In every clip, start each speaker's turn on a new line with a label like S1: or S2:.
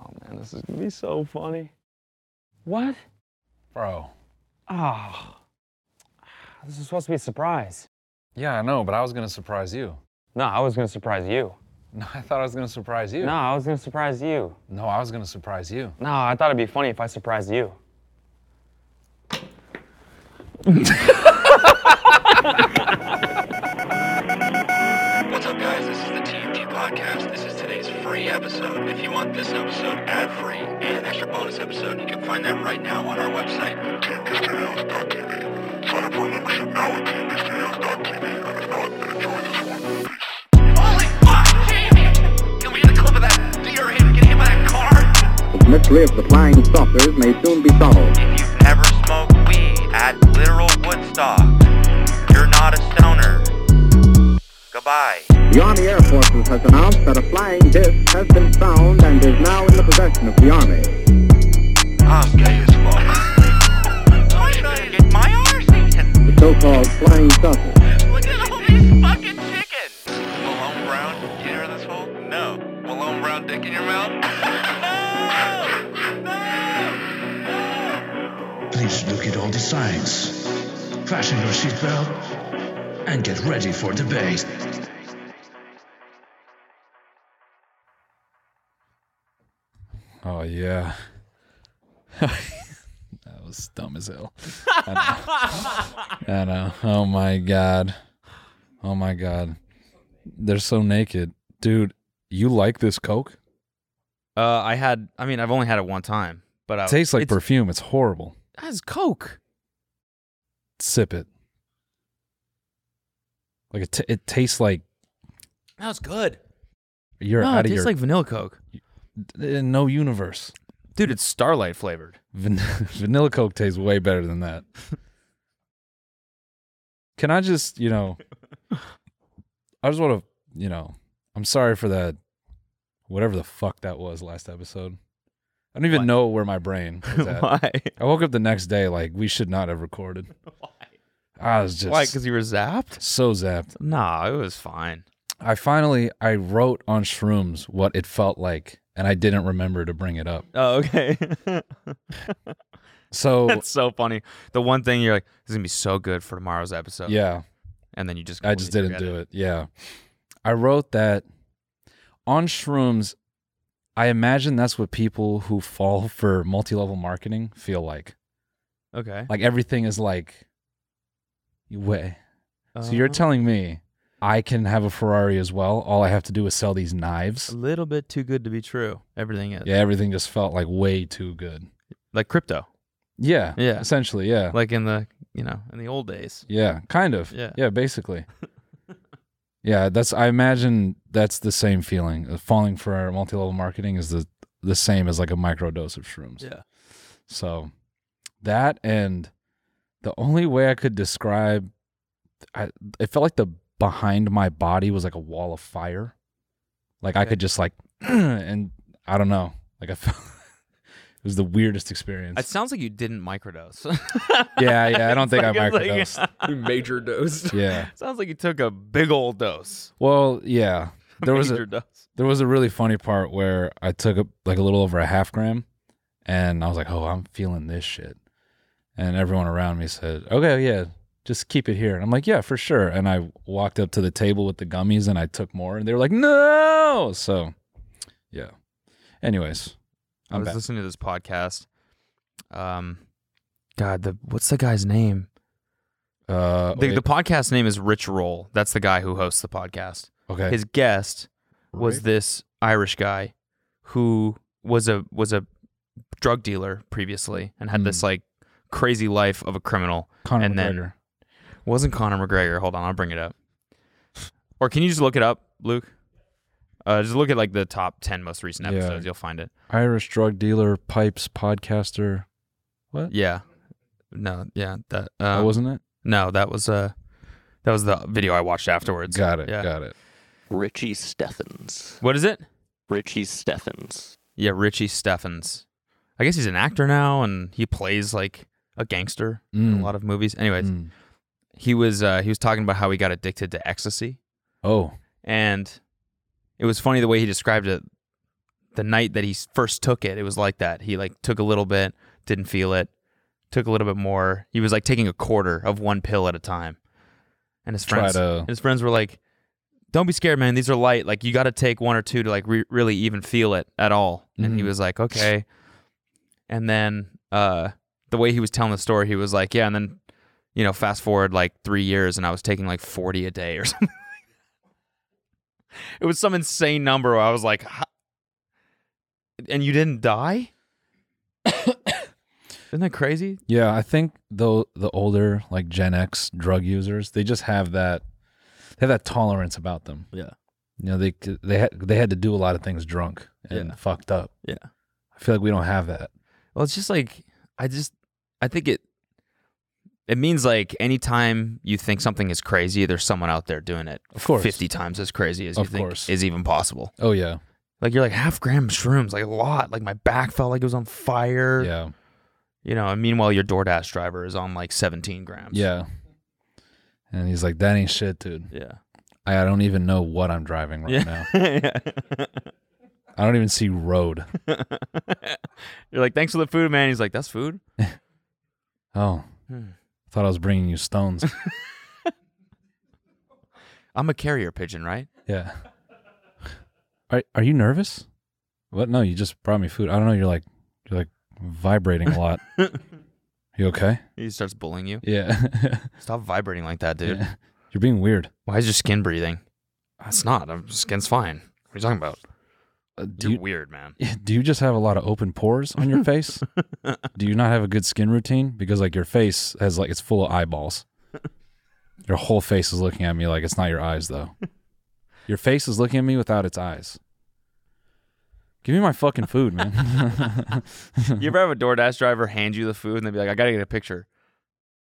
S1: Oh, man, this is gonna be so funny. What?
S2: Bro.
S1: Oh. This is supposed to be a surprise.
S2: Yeah, I know, but I was gonna surprise you.
S1: No, I was gonna surprise you.
S2: No, I thought I was gonna surprise you.
S1: No, I was gonna surprise you.
S2: No, I was gonna surprise you.
S1: No, I thought it'd be funny if I surprised you.
S3: What's up, guys? This is the TMT Podcast. This is today's free episode. If you want this episode ad free and an extra bonus episode, you can find that right now on our website, tmtstudios.tv. Sign up for a membership now at tmtstudios.tv. And if not, then enjoy this one. Holy fuck, Jamie! Can we get a clip of that deer him getting hit by that car?
S4: The mystery of the flying saucers may soon be solved.
S3: If you've ever smoked weed at literal Woodstock, you're not a stoner. Goodbye.
S4: The Army Air Forces has announced that a flying disc has been found and is now in the possession of the Army.
S3: I'm gay as fuck. I'm trying to get my arse eaten.
S4: The so-called flying saucer.
S3: Look at all these fucking chickens. Malone Brown, you hear this hole? No. Malone Brown dick in your mouth? no! No!
S5: Please look at all the signs. Fasten your seatbelt and get ready for debate.
S2: Oh yeah. that was dumb as hell. I know. I know. Oh my god. Oh my god. They're so naked. Dude, you like this Coke?
S6: Uh, I had. I mean, I've only had it one time, but I,
S2: It tastes like
S6: it's,
S2: perfume. It's horrible.
S6: That's Coke.
S2: Sip it. Like it, t- it tastes like
S6: That was good.
S2: you're
S6: no, it
S2: out of
S6: tastes
S2: your
S6: like vanilla Coke,
S2: in no universe.
S6: dude. It's Starlight flavored.
S2: Van- vanilla Coke tastes way better than that. Can I just, you know, I just want to, you know, I'm sorry for that, whatever the fuck that was last episode. I don't even know where my brain was at.
S6: Why?
S2: I woke up the next day like we should not have recorded. I was just
S6: Why? Because you were zapped?
S2: so zapped.
S6: Nah, it was fine.
S2: I finally I wrote on shrooms what it felt like, and I didn't remember to bring it up.
S6: Oh, okay.
S2: So
S6: That's so funny. The one thing you're like, this is gonna be so good for tomorrow's episode.
S2: yeah,
S6: And then you just.
S2: I just
S6: completely
S2: didn't
S6: forget
S2: do it. Yeah. I wrote that on shrooms. I imagine that's what people who fall for multi level marketing feel like.
S6: Okay.
S2: Like everything is like, way. So you're
S6: Uh,
S2: telling me I can have a Ferrari as well. All I have to do is sell these
S6: a
S2: knives.
S6: little bit too good to be true. Everything is.
S2: Yeah, everything just felt like way too good.
S6: Like crypto.
S2: Yeah.
S6: Yeah.
S2: Essentially, yeah.
S6: Like in the you know in the old days.
S2: Yeah, kind of.
S6: Yeah.
S2: Yeah, basically. yeah, that's I imagine that's the same feeling. Uh, Falling for multi-level marketing is the the same as like a micro dose of shrooms.
S6: Yeah.
S2: So that and the only way I could describe I it felt like the behind my body was like a wall of fire. Like I
S6: Okay.
S2: could just like and I don't know. Like I felt it was the weirdest experience.
S6: It sounds like you didn't microdose.
S2: yeah, yeah. I don't think I
S6: It's like- it's
S2: microdosed.
S6: like-
S7: major dose.
S2: yeah.
S6: Sounds like you took a big old dose.
S2: Well, yeah. There was a
S6: Major dose.
S2: there was a really funny part where I took a, like a little over a half gram, and I was like, "Oh, I'm feeling this shit," and everyone around me said, "Okay, yeah, just keep it here." And I'm like, "Yeah, for sure." And I walked up to the table with the gummies, and I took more, and they were like, "No!" So, yeah. Anyways,
S6: i
S2: I'm
S6: was
S2: back.
S6: listening to this podcast. Um, God, the what's the guy's name?
S2: Uh,
S6: The,
S2: wait,
S6: the podcast name is Rich Roll. That's the guy who hosts the podcast.
S2: okay.
S6: His guest was
S2: Rick?
S6: this Irish guy who was a was a drug dealer previously and had this like crazy life of a criminal.
S2: Hmm. Conor
S6: and then-
S2: McGregor.
S6: Wasn't Conor McGregor? Hold on, I'll bring it up. Or can you just look it up, Luke? Uh, just look at like the top ten most recent
S2: Yeah.
S6: episodes. You'll find it.
S2: Irish drug dealer, pipes podcaster. What?
S6: Yeah. No, yeah, that
S2: Oh,
S6: uh,
S2: wasn't it?
S6: no, that was uh that was the video I watched afterwards.
S2: Got it.
S6: Yeah.
S2: Got it.
S8: Richie Steffens.
S6: What is it?
S8: Richie Steffens.
S6: Yeah, Richie Steffens. I guess he's an actor now and he plays like a gangster in
S2: Mm.
S6: a lot of movies. Anyways,
S2: Mm.
S6: he was uh he was talking about how he got addicted to ecstasy
S2: Oh,
S6: and it was funny the way he described it the night that he s- first took it, it was like that. He like took a little bit, didn't feel it, took a little bit more. He was like taking a quarter of one pill at a time. And his
S2: Try
S6: friends,
S2: to-
S6: his friends were like, "Don't be scared, man. These are light. Like you got to take one or two to like re- really even feel it at all." And he
S2: Mhm.
S6: was like, "Okay." And then uh, the way he was telling the story, he was like, "Yeah." And then you know, fast forward like three years, and I was taking like forty a day or something. it was some insane number. Where I was like, "Huh? "And you didn't die." Isn't that crazy?
S2: Yeah, I think though the older like Gen X drug users, they just have that they have that tolerance about them.
S6: Yeah.
S2: You know, they c- they had they had to do a lot of things drunk and
S6: Yeah.
S2: fucked up.
S6: Yeah.
S2: I feel like we don't have that.
S6: Well, it's just like I just I think it it means like anytime you think something is crazy, there's someone out there doing it
S2: Of course.
S6: fifty times as crazy as you
S2: Of
S6: think
S2: course.
S6: is even possible.
S2: Oh yeah.
S6: Like you're like half gram shrooms, like a lot. Like my back felt like it was on fire.
S2: Yeah.
S6: You know, and meanwhile your DoorDash driver is on like seventeen grams.
S2: Yeah. And he's like, That ain't shit, dude.
S6: Yeah.
S2: I, I don't even know what I'm driving right now.
S6: yeah.
S2: I don't even see road.
S6: you're like, thanks for the food, man. He's like, That's food?
S2: Oh.
S6: Hmm.
S2: I thought I was bringing you stones.
S6: I'm a carrier pigeon, right?
S2: yeah. Are are you nervous? What? No, you just brought me food. I don't know. You're like you're like vibrating a lot. you okay?
S6: He starts bullying you.
S2: Yeah.
S6: Stop vibrating like that, dude.
S2: Yeah. You're being weird.
S6: Why is your skin breathing? It's not. I'm, skin's fine. What are you talking about?
S2: do
S6: You're
S2: you
S6: weird, man.
S2: do you just have a lot of open pores on your face? do you not have a good skin routine? Because like your face has like it's full of eyeballs. Your whole face is looking at me like it's not your eyes though. Your face is looking at me without its eyes. Give me my fucking food, man.
S6: You ever have a DoorDash driver hand you the food and they'd be like, I gotta get a picture?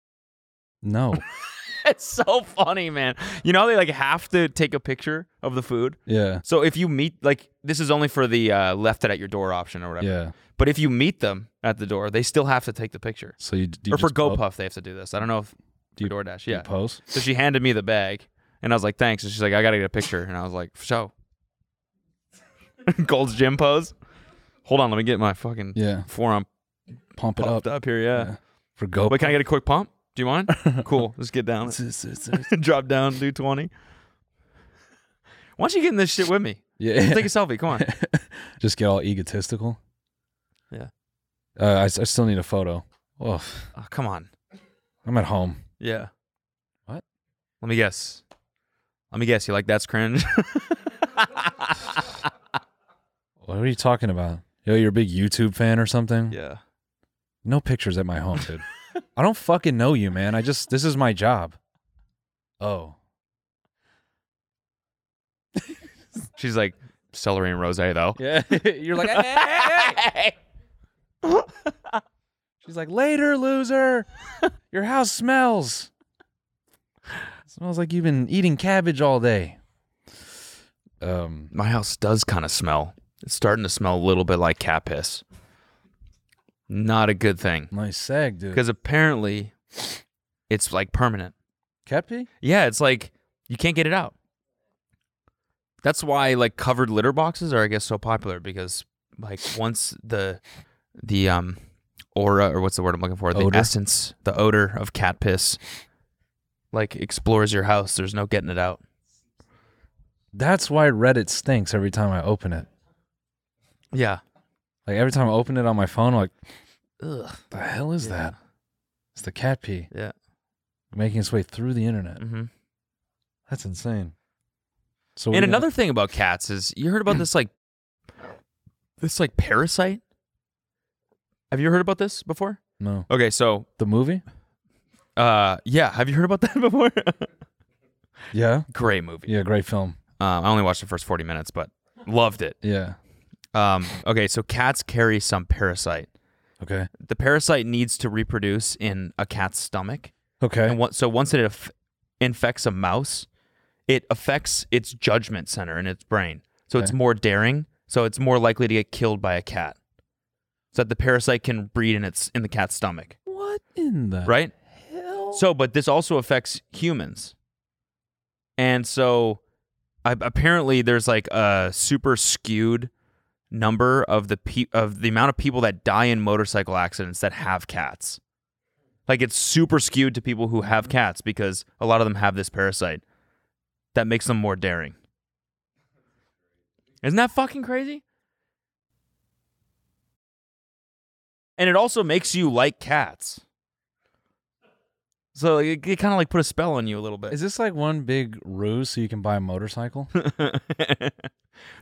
S2: no.
S6: It's so funny, man. You know, they like have to take a picture of the food.
S2: Yeah.
S6: So if you meet, like, this is only for the uh, left it at your door option or whatever.
S2: Yeah.
S6: But if you meet them at the door, they still have to take the picture.
S2: So you, do you
S6: or for
S2: just po-
S6: GoPuff, they have to do this. I don't know if
S2: Do you-
S6: DoorDash,
S2: do you
S6: yeah.
S2: Pose.
S6: So she handed me the bag, and I was like, "Thanks." And she's like, "I gotta get a picture," and I was like, "Show." Gold's gym pose. Hold on, let me get my fucking
S2: Yeah.
S6: forearm
S2: Pump it
S6: pumped
S2: up.
S6: up here. Yeah.
S2: Yeah. for GoPuff.
S6: Wait, can I get a quick pump? Do you mind? cool. Let's get down. Drop down. Do twenty. Why don't you get in this shit with me?
S2: yeah.
S6: Take a selfie. Come on.
S2: just get all egotistical.
S6: Yeah.
S2: Uh, I, s- I still need a photo. Oh,
S6: Oh, come on.
S2: I'm at home.
S6: Yeah.
S2: What?
S6: Let me guess. Let me guess. You like that's cringe?
S2: What are you talking about? Yo, you're a big YouTube fan or something?
S6: yeah.
S2: No pictures at my home, dude. I don't fucking know you, man. I just this is my job. Oh.
S6: She's like celery and rose though.
S2: Yeah. you're like, "Hey, hey, hey, hey." She's like, later, loser. Your house smells. It smells like you've been eating cabbage all day. Um,
S6: my house does kind of smell. It's starting to smell a little bit like cat piss. Not a good thing
S2: nice seg, dude.
S6: because apparently it's like permanent.
S2: cat pee?
S6: Yeah, it's like you can't get it out. That's why like covered litter boxes are I guess so popular because like once the the um aura or what's the word I'm looking for, the
S2: Odor?
S6: essence, the odor of cat piss like explores your house, there's no getting it out.
S2: That's why Reddit stinks every time I open it.
S6: Yeah.
S2: Like every time I open it on my phone, I'm like,
S6: Ugh.
S2: the hell is
S6: Yeah.
S2: that? It's the cat pee
S6: Yeah.
S2: making its way through the internet.
S6: Mhm.
S2: That's insane. So
S6: and
S2: we-
S6: another thing about cats is you heard about this like this like parasite. Have you heard about this before?
S2: no
S6: Okay, so
S2: the movie.
S6: uh yeah, have you heard about that before?
S2: Yeah,
S6: Great movie.
S2: yeah, great film.
S6: Um, I only watched the first forty minutes, but loved it.
S2: Yeah.
S6: Um, okay, so cats carry some parasite.
S2: Okay.
S6: The parasite needs to reproduce in a cat's stomach,
S2: Okay.
S6: and what, so once it inf- infects a mouse, it affects its judgment center in its brain. So it's
S2: Okay.
S6: more daring. So it's more likely to get killed by a cat. So that the parasite can breed in its in the cat's stomach,
S2: What in the
S6: right? So, but this also affects humans, and so I, apparently there's like a super skewed number of the pe- of the amount of people that die in motorcycle accidents that have cats. Like it's super skewed to people who have cats because a lot of them have this parasite that makes them more daring. Isn't that fucking crazy? And it also makes you like cats. So it, it kind of like put a spell on you a little bit.
S2: Is this like one big ruse so you can buy a motorcycle?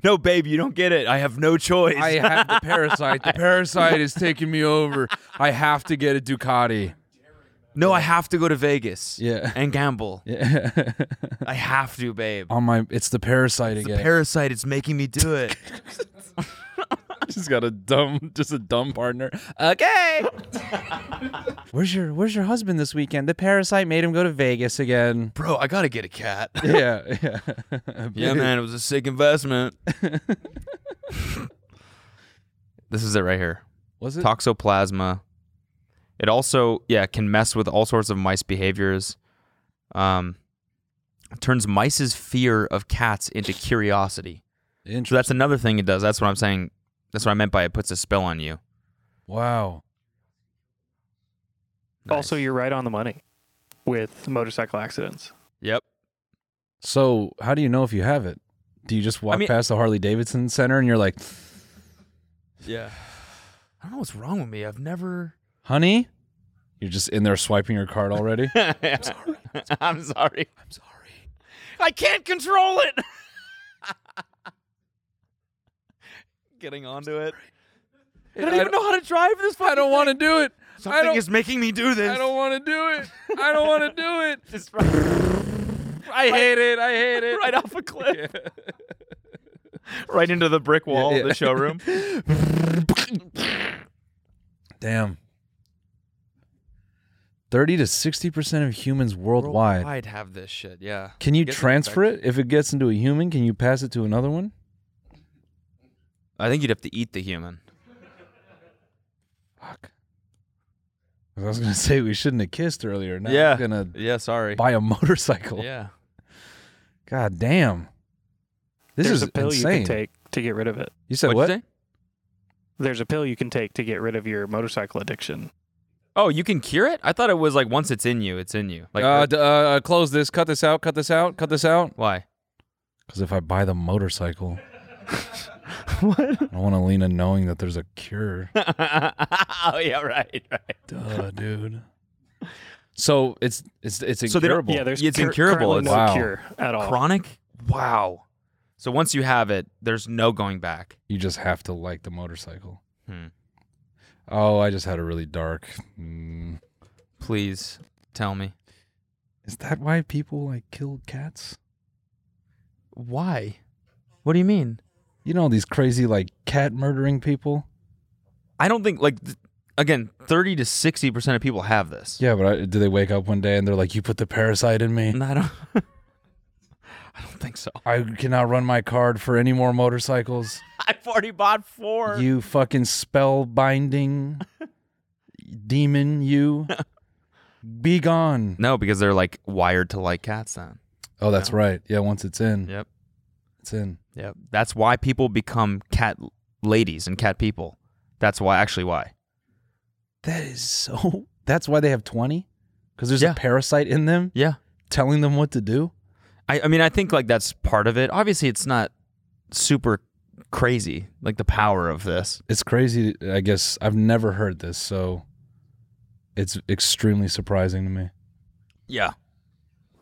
S6: no, babe, you don't get it. I have no choice.
S2: I have the parasite. The parasite is taking me over. I have to get a Ducati.
S6: no, I have to go to Vegas.
S2: Yeah.
S6: And gamble.
S2: Yeah. Oh,
S6: I have to, babe.
S2: On my, it's the parasite
S6: the
S2: again.
S6: parasite is making me do it.
S2: just got a dumb, just a dumb partner. Okay. where's your Where's your husband this weekend? The parasite made him go to Vegas again.
S6: Bro, I got to get a cat.
S2: Yeah. Yeah.
S6: yeah, man, it was a sick investment. this is it right here.
S2: Was it?
S6: Toxoplasma. It also, yeah, can mess with all sorts of mice behaviors. Um, turns mice's fear of cats into curiosity. So
S2: Interesting.
S6: that's another thing it does. That's what I'm saying. That's what I meant by it puts a spell on you.
S2: Wow.
S7: Also, you're right on the money with motorcycle accidents.
S6: Yep.
S2: So how do you know if you have it? Do you just walk
S6: mean-
S2: past the Harley Davidson Center and you're like,
S6: Yeah. I don't know what's wrong with me. I've never.
S2: honey? You're just in there swiping your card already.
S6: I'm sorry. I'm sorry. I'm sorry. I can't control it. Getting onto it. I don't even know how to drive this.
S2: I don't want to do it. I
S6: Something
S2: don't.
S6: is making me do this.
S2: I don't want to do it. I don't want to do it.
S6: It's right,
S2: I hate it. I hate it.
S6: right off a cliff. Right into the brick wall
S2: Yeah,
S6: of
S2: yeah.
S6: the showroom.
S2: Damn. 30 to 60% of humans worldwide.
S6: I'd have this shit. Yeah.
S2: Can you
S6: Get it
S2: transfer it? If it gets into a human, can you pass it to another one?
S6: I think you'd have to eat the human.
S2: Fuck. I was going to say we shouldn't have kissed earlier. Now
S6: Yeah.
S2: I'm going to
S6: Yeah, sorry.
S2: buy a motorcycle.
S6: Yeah.
S2: God damn. This
S7: There's
S2: is
S7: a pill
S2: insane.
S7: you can take to get rid of it.
S2: You said
S6: What'd you
S2: what?
S6: say?
S7: There's a pill you can take to get rid of your motorcycle addiction.
S6: Oh, you can cure it? I thought it was like once it's in you, it's in you. Like
S2: uh, d- uh, uh, close this. Cut this out. Cut this out. Cut this out.
S6: why?
S2: Because if I buy the motorcycle, I don't want Alina knowing that there's a cure.
S6: oh yeah, right, right.
S2: Duh, dude. So it's it's it's
S6: So they don't-
S2: incurable.
S7: Yeah, there's
S6: It's
S7: cur-
S6: incurable.
S7: currently
S6: It's-
S7: no
S2: Wow.
S7: cure at all.
S6: Chronic? Oh. Wow. So once you have it, there's no going back.
S2: you just have to like the motorcycle.
S6: Hmm.
S2: Oh, I just had a really dark. Mm.
S6: Please tell me.
S2: Is that why people like kill cats?
S6: Why? What do you mean?
S2: You know these crazy like cat murdering people.
S6: I don't think like th- again, 30 to 60% of people have this.
S2: Yeah, but I, do they wake up one day and they're like, "You put the parasite in me.
S6: And I don't I don't think so.
S2: I cannot run my card for any more motorcycles.
S6: I've already bought four.
S2: You fucking spell binding demon, you be gone."
S6: no, because they're like wired to like cats then.
S2: Oh, that's right. Yeah, once it's in,
S6: Yep.
S2: it's in.
S6: Yep. That's why people become cat ladies and cat people. That's why, actually, why.
S2: That is so. That's why they have 20? Because there's
S6: Yeah.
S2: a parasite in them
S6: Yeah.
S2: telling them what to do?
S6: I, I mean, I think like that's part of it. Obviously, it's not super crazy, like the power of this.
S2: It's crazy. I guess I've never heard this, so it's extremely surprising to me.
S6: Yeah.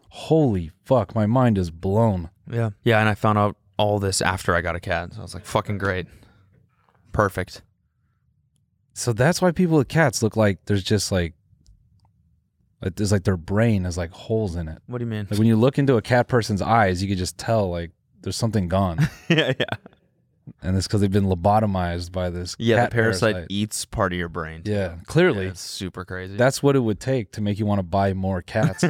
S2: Holy fuck, my mind is blown.
S6: Yeah. Yeah. And I found out all this after I got a cat. So I was like, fucking great. Perfect.
S2: So that's why people with cats look like there's just like, like there's like their brain has like holes in it.
S6: What do you mean?
S2: Like when you look into a cat person's eyes, you could just tell like there's something gone.
S6: yeah. Yeah.
S2: and it's because they've been lobotomized by this
S6: Yeah.
S2: cat
S6: the parasite,
S2: parasite.
S6: eats part of your brain. too.
S2: Yeah, clearly.
S6: Yeah, it's super crazy.
S2: That's what it would take to make you want to buy more cats.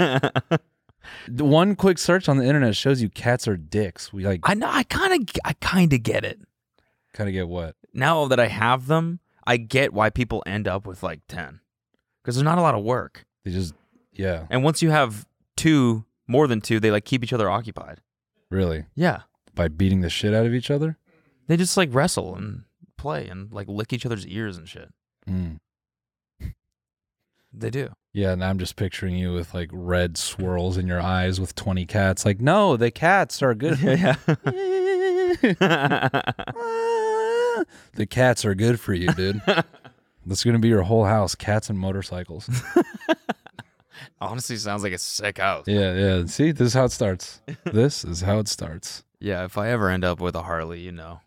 S2: The One quick search on the internet shows you cats are dicks. We like
S6: I know. I kind of, I kind of get it.
S2: kind of get what?
S6: now that I have them, I get why people end up with like 10 because there's not a lot of work.
S2: They just yeah,
S6: And once you have two, more than two, they like keep each other occupied.
S2: really
S6: Yeah.
S2: by beating the shit out of each other.
S6: They just like wrestle and play and like lick each other's ears and shit.
S2: Mm.
S6: They do.
S2: Yeah, and I'm just picturing you with like red swirls in your eyes with 20 cats. Like, no, the cats are good. the cats are good for you, dude. That's gonna be your whole house: cats and motorcycles.
S6: Honestly, sounds like a sick house.
S2: yeah, yeah. See, this is how it starts. This is how it starts.
S6: Yeah, if I ever end up with a Harley, you know,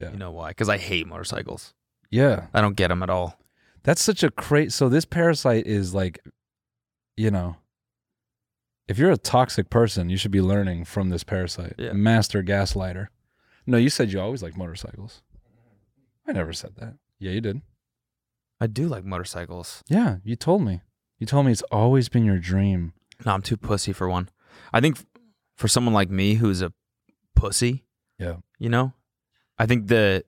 S2: Yeah.
S6: you know why? Because I hate motorcycles.
S2: Yeah,
S6: I don't get them at all.
S2: that's such a crazy. So this parasite is like, you know, if you're a toxic person, you should be learning from this parasite.
S6: Yeah.
S2: Master gaslighter. No, you said you always liked motorcycles. I never said that. Yeah, you did.
S6: I do like motorcycles.
S2: Yeah, you told me. You told me it's always been your dream.
S6: No, I'm too pussy for one. I think f- for someone like me who's a pussy,
S2: Yeah.
S6: you know, I think the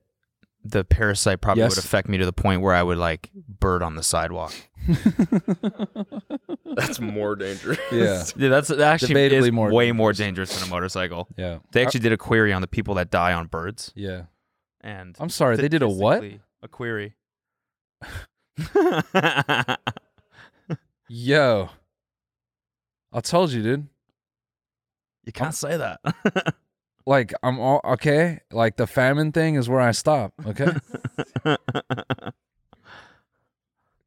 S6: the parasite probably
S2: Yes.
S6: would affect me to the point where I would like bird on the sidewalk.
S9: That's more dangerous.
S2: Yeah.
S6: Yeah, that's that actually
S2: Debatably
S6: is
S2: more
S6: way more dangerous than a motorcycle.
S2: Yeah. Uh,
S6: They actually did a query on the people that die on birds,
S2: Yeah.
S6: and
S2: I'm sorry, they did a what?
S6: statistically, A query.
S2: Yo. I told you, dude.
S6: you can't say that.
S2: Like I'm all okay. Like the famine thing is where I stop. Okay.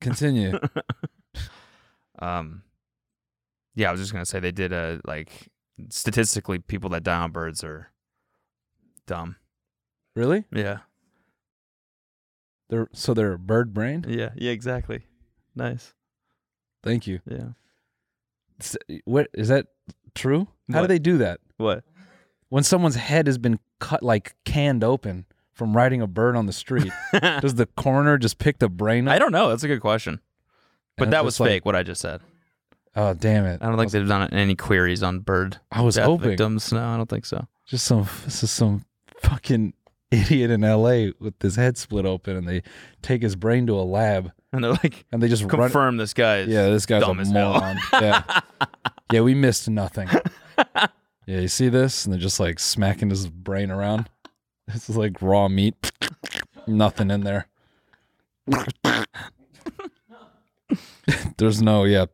S2: Continue.
S6: um, yeah, I was just gonna say they did a like statistically, people that die on birds are dumb.
S2: Really?
S6: Yeah,
S2: They're so they're bird brained.
S6: yeah, yeah, exactly. Nice.
S2: Thank you.
S6: Yeah.
S2: S- What is that true? How
S6: What?
S2: do they do that?
S6: What?
S2: When someone's head has been cut like canned open from riding a bird on the street, does the coroner just pick the brain up?
S6: I don't know. That's a good question. But
S2: And
S6: that
S2: it's
S6: was
S2: like-
S6: fake. What I just said.
S2: Oh damn it!
S6: I don't think they've done any queries on bird
S2: I was
S6: death
S2: hoping
S6: victims. No, I don't think so.
S2: just some this is some fucking idiot in L.A. with his head split open, and they take his brain to a lab,
S6: And they're like,
S2: and they just run.
S6: confirm this guy. Is
S2: Yeah, this guy's
S6: dumb
S2: a
S6: as hell.
S2: moron. yeah, yeah, we missed nothing. Yeah, you see this, and they're just like smacking his brain around. This is like raw meat, nothing in there. There's no yeah.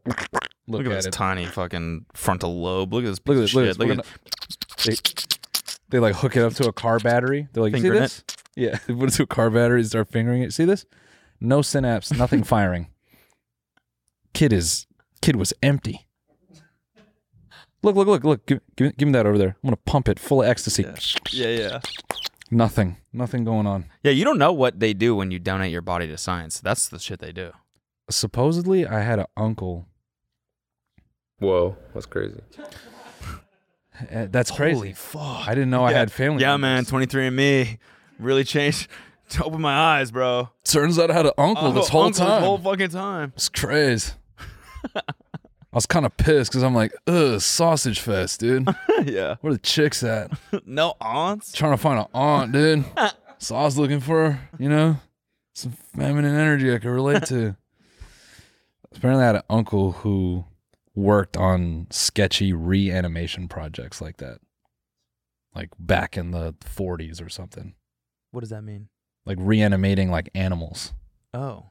S2: Look,
S6: Look, at, this
S2: it.
S6: tiny fucking frontal lobe. Look at this.
S2: Look at
S6: piece
S2: this.
S6: of
S2: Look at
S6: shit.
S2: this. We're
S6: Look
S2: They like hook it up to a car battery. They're like, you see
S6: Fingering
S2: this? Yeah, they put it to a car battery and start fingering it. See this? No synapse, nothing firing. Kid is kid was empty. Look, look, look, look. Give, give, me- give me that over there. I'm gonna pump it full of ecstasy.
S6: at- yeah, yeah.
S2: Nothing, nothing going on.
S6: Yeah, you don't know what they do when you donate your body to science. That's the shit they do.
S2: Supposedly, I had an uncle.
S9: Whoa, that's crazy.
S2: Uh, that's crazy.
S6: Holy fuck.
S2: I didn't know I had family.
S6: Yeah,
S2: members.
S6: man. 23andMe really changed. Open my eyes, bro.
S2: Turns out I had an uncle this whole
S6: uncle
S2: time.
S6: whole fucking time.
S2: It's crazy. I was kind of pissed because I'm like, ugh, sausage fest, dude.
S6: yeah.
S2: Where the chicks at?
S6: No aunts.
S2: Trying to find an aunt, dude. So I was looking for, you know, some feminine energy I could relate to. Apparently, I had an uncle who worked on sketchy reanimation projects like that, like back in the 40s or something,
S6: What does that mean?
S2: like reanimating like animals.
S6: Oh.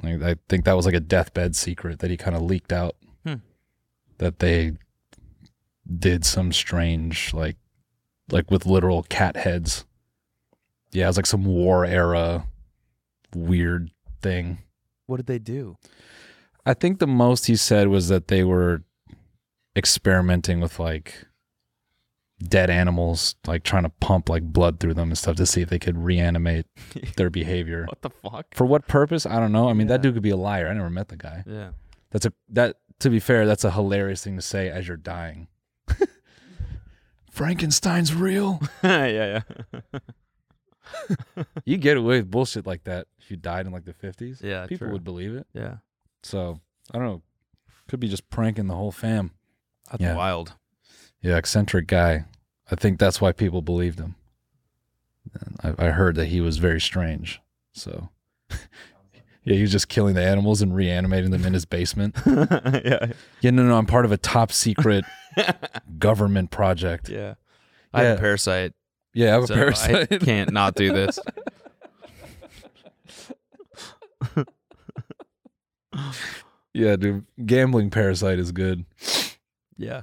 S2: Like, I think that was like a deathbed secret that he kind of leaked out
S6: Hmm.
S2: that they did some strange like like with literal cat heads. Yeah, it was like some war era weird thing.
S6: What did they do?
S2: I think the most he said was that they were experimenting with like dead animals, like trying to pump like blood through them and stuff to see if they could reanimate their behavior.
S6: What the fuck?
S2: For what purpose? I don't know. I mean, that
S6: Yeah.
S2: dude could be a liar. I never met the guy.
S6: Yeah.
S2: That's a that to be fair, that's a hilarious thing to say as you're dying. Frankenstein's real.
S6: yeah, yeah.
S2: you get away with bullshit like that if you died in like the 50s.
S6: Yeah,
S2: people
S6: true.
S2: would believe it.
S6: yeah.
S2: So, I don't know. Could be just pranking the whole fam.
S6: That's
S2: Yeah.
S6: wild.
S2: Yeah, eccentric guy. I think that's why people believed him. And I, I heard that he was very strange. So, yeah, he was just killing the animals and reanimating them in his basement.
S6: yeah.
S2: Yeah, no, no, I'm part of a top secret government project.
S6: Yeah. I had
S2: Yeah.
S6: a parasite
S2: Yeah, I have a
S6: So I
S2: parasite.
S6: can't not do this.
S2: yeah, dude, gambling parasite is good.
S6: Yeah.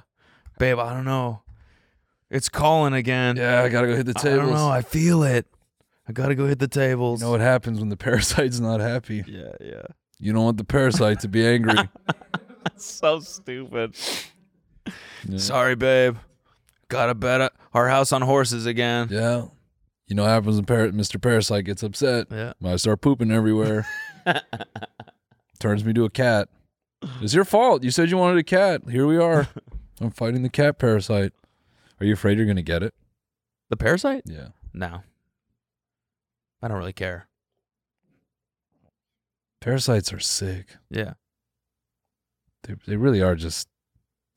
S6: Babe, I don't know. It's calling again.
S2: Yeah, I gotta go hit the
S6: I don't
S2: tables.
S6: know. I feel it. I gotta go hit the tables.
S2: You know what happens when the parasite's not happy?
S6: Yeah, yeah.
S2: You don't want the parasite to be angry.
S6: So stupid.
S2: Yeah.
S6: Sorry, babe. Gotta bet o- our house on horses again.
S2: Yeah. You know what happens when Par- Mr. Parasite gets upset?
S6: Yeah.
S2: When I start pooping everywhere. Turns me to a cat. It's your fault. You said you wanted a cat. Here we are. I'm fighting the cat parasite. Are you afraid you're going to get it?
S6: The parasite?
S2: Yeah.
S6: No. I don't really care.
S2: Parasites are sick.
S6: Yeah.
S2: They, they really are just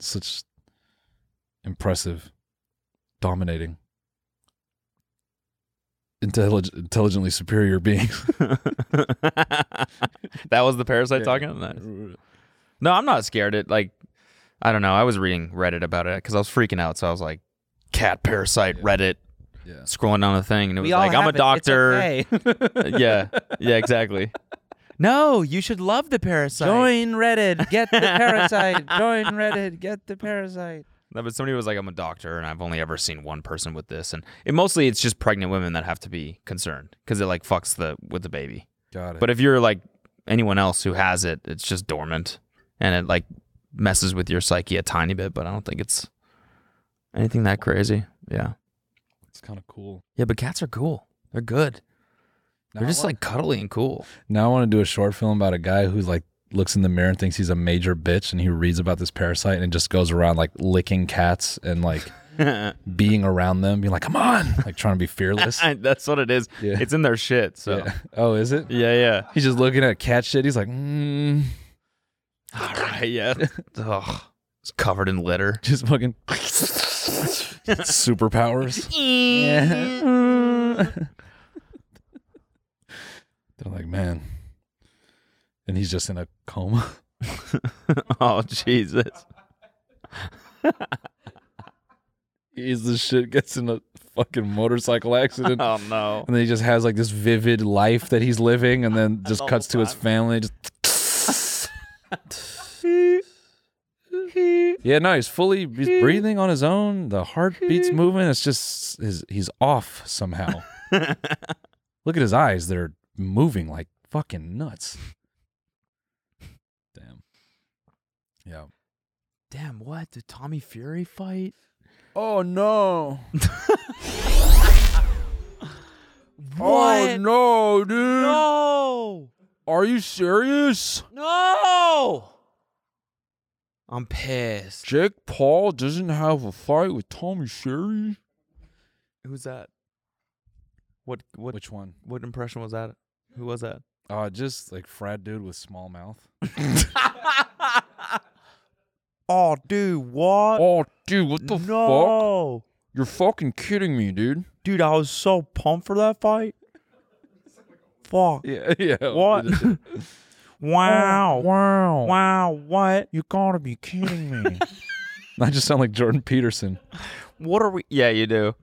S2: such impressive, dominating, intellig- intelligently superior beings.
S6: that was the parasite talking? Nice. No, I'm not scared. It like I don't know. I was reading Reddit about it because I was freaking out. So I was like, cat parasite Reddit.
S2: Yeah.
S6: Scrolling down the thing and it was like, I'm a doctor. yeah, yeah, exactly. No, you should love the parasite.
S1: Reddit. Get the parasite. Join Reddit. Get the parasite.
S6: No, but somebody was like, I'm a doctor and I've only ever seen one person with this, and it mostly it's just pregnant women that have to be concerned because it like fucks the with the baby.
S2: Got it.
S6: But if you're like anyone else who has it, it's just dormant and it like messes with your psyche a tiny bit, but I don't think it's anything that crazy. Yeah.
S2: it's kind of cool.
S6: Yeah, but cats are cool. They're good. They're
S2: Now
S6: just
S2: what?
S6: like cuddly and cool.
S2: Now I want to do a short film about a guy who's like looks in the mirror and thinks he's a major bitch and he reads about this parasite and just goes around like licking cats and like being around them, being like, come on, like trying to be fearless.
S6: That's what it is.
S2: Yeah.
S6: It's in their shit. So
S2: Yeah. Oh, is it?
S6: yeah, yeah.
S2: He's just looking at cat shit. He's like, mm,
S6: All right, yeah. Ugh, it's covered in litter.
S2: just fucking superpowers. They're like, man. And he's just in a coma.
S6: oh Jesus!
S2: He's the shit gets in a fucking motorcycle accident.
S6: Oh no!
S2: and then he just has like this vivid life that he's living, and then just cuts to his family. Just yeah, no, he's fully he's breathing on his own. The heartbeat's moving. It's just his he's off somehow. Look at his eyes; they're moving like fucking nuts. Damn. Yeah.
S6: Damn! What did Tommy Fury fight?
S2: Oh no!
S6: What?
S2: Oh, no, dude!
S6: no!
S2: Are you serious?
S6: No! I'm pissed.
S2: Jake Paul doesn't have a fight with Tommy Sherry?
S6: Who's that? What? What?
S2: Which one?
S6: What impression was that? Who was that?
S2: Uh, just like frat dude with small mouth.
S6: Oh, dude! What?
S2: Oh, dude, what the fuck? You're fucking kidding me, dude.
S6: dude! I was so pumped for that fight. Fuck!
S2: Yeah, yeah.
S6: What? wow!
S2: wow.
S6: Wow, what?
S2: You gotta be kidding me. I just sound like Jordan Peterson.
S6: What are we? Yeah, you do.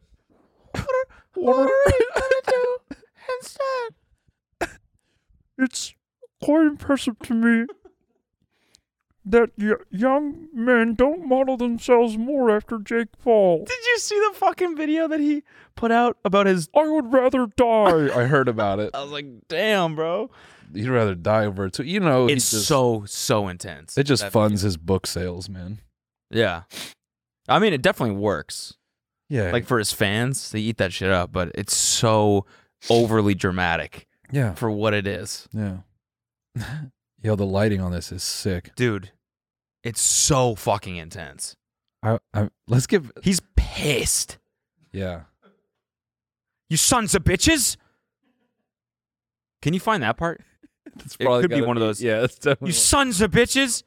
S2: What are you gonna do instead? It's quite impressive to me that young men don't model themselves more after Jake Paul.
S6: Did you see the fucking video that he put out about his?
S2: I would rather die. I heard about it.
S6: I was like, damn, bro.
S2: He'd rather die over it. too. You know, he
S6: It's
S2: just-
S6: so so intense.
S2: it just
S6: That-
S2: funds his book sales, man.
S6: Yeah, I mean, it definitely works.
S2: Yeah,
S6: Like for his fans, they eat that shit up, but it's so overly dramatic
S2: yeah,
S6: for what it is,
S2: yeah. Yo, the lighting on this is sick.
S6: dude. It's so fucking intense.
S2: I, I let's give
S6: He's pissed.
S2: yeah.
S6: You sons of bitches. Can you find that part?
S2: It's
S6: probably could be gotta one of be- those-
S2: Yeah, it's definitely.
S6: You sons of bitches.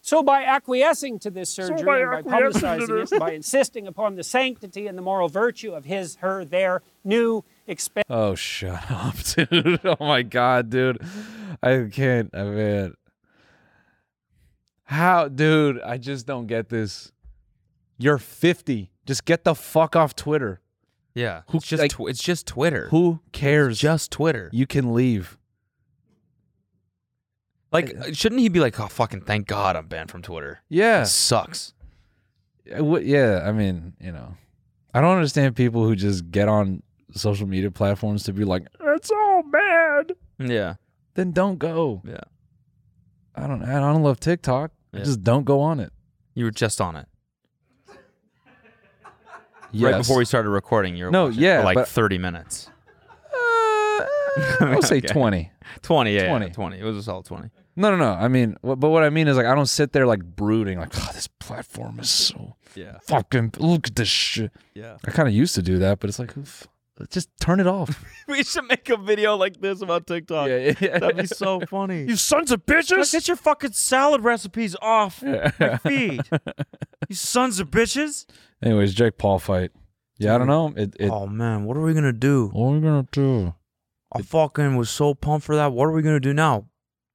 S10: So by acquiescing to this surgery and by publicizing it, by insisting upon the sanctity and the moral virtue of his, her, their new expensive
S2: oh, shut up, dude! Oh my god, dude! I can't. I mean, how, dude? I just don't get this. You're fifty. Just get the fuck off Twitter.
S6: Yeah.
S2: Who-
S6: it's just
S2: like-
S6: tw- it's just Twitter.
S2: Who
S6: It's
S2: cares?
S6: just Twitter.
S2: you can leave.
S6: Like shouldn't he be like, "Oh fucking thank God I'm banned from Twitter."
S2: Yeah.
S6: It sucks.
S2: I would- yeah, I mean, you know, I don't understand people who just get on social media platforms to be like, it's all bad.
S6: Yeah.
S2: Then don't go.
S6: Yeah.
S2: I don't. I don't love TikTok. I
S6: Yeah.
S2: Just don't go on it.
S6: You were just on it. Right
S2: Yes.
S6: before we started recording, you were
S2: No,
S6: watching it
S2: yeah,
S6: for like
S2: but-
S6: 30 minutes.
S2: Uh, I would say
S6: Okay.
S2: twenty.
S6: 20, yeah, 20.
S2: 20.
S6: 20. It was a solid 20.
S2: No, no, no. I mean, wh- but what I mean is like I don't sit there like brooding like, oh, this platform is so
S6: Yeah.
S2: fucking. Look at this shit.
S6: Yeah.
S2: I kind of used to do that, but it's like, who f- just turn it off.
S6: We should make a video like this about TikTok.
S2: yeah.
S6: That'd be so funny.
S2: you sons of
S6: Look,
S2: bitches.
S6: Get your fucking salad recipes off your feed. you sons of bitches.
S2: Anyways, Jake Paul fight. Yeah, I don't know. It. it
S6: oh man, what are we gonna do?
S2: What are we gonna do?
S6: I fucking was so pumped for that. What are we gonna do now?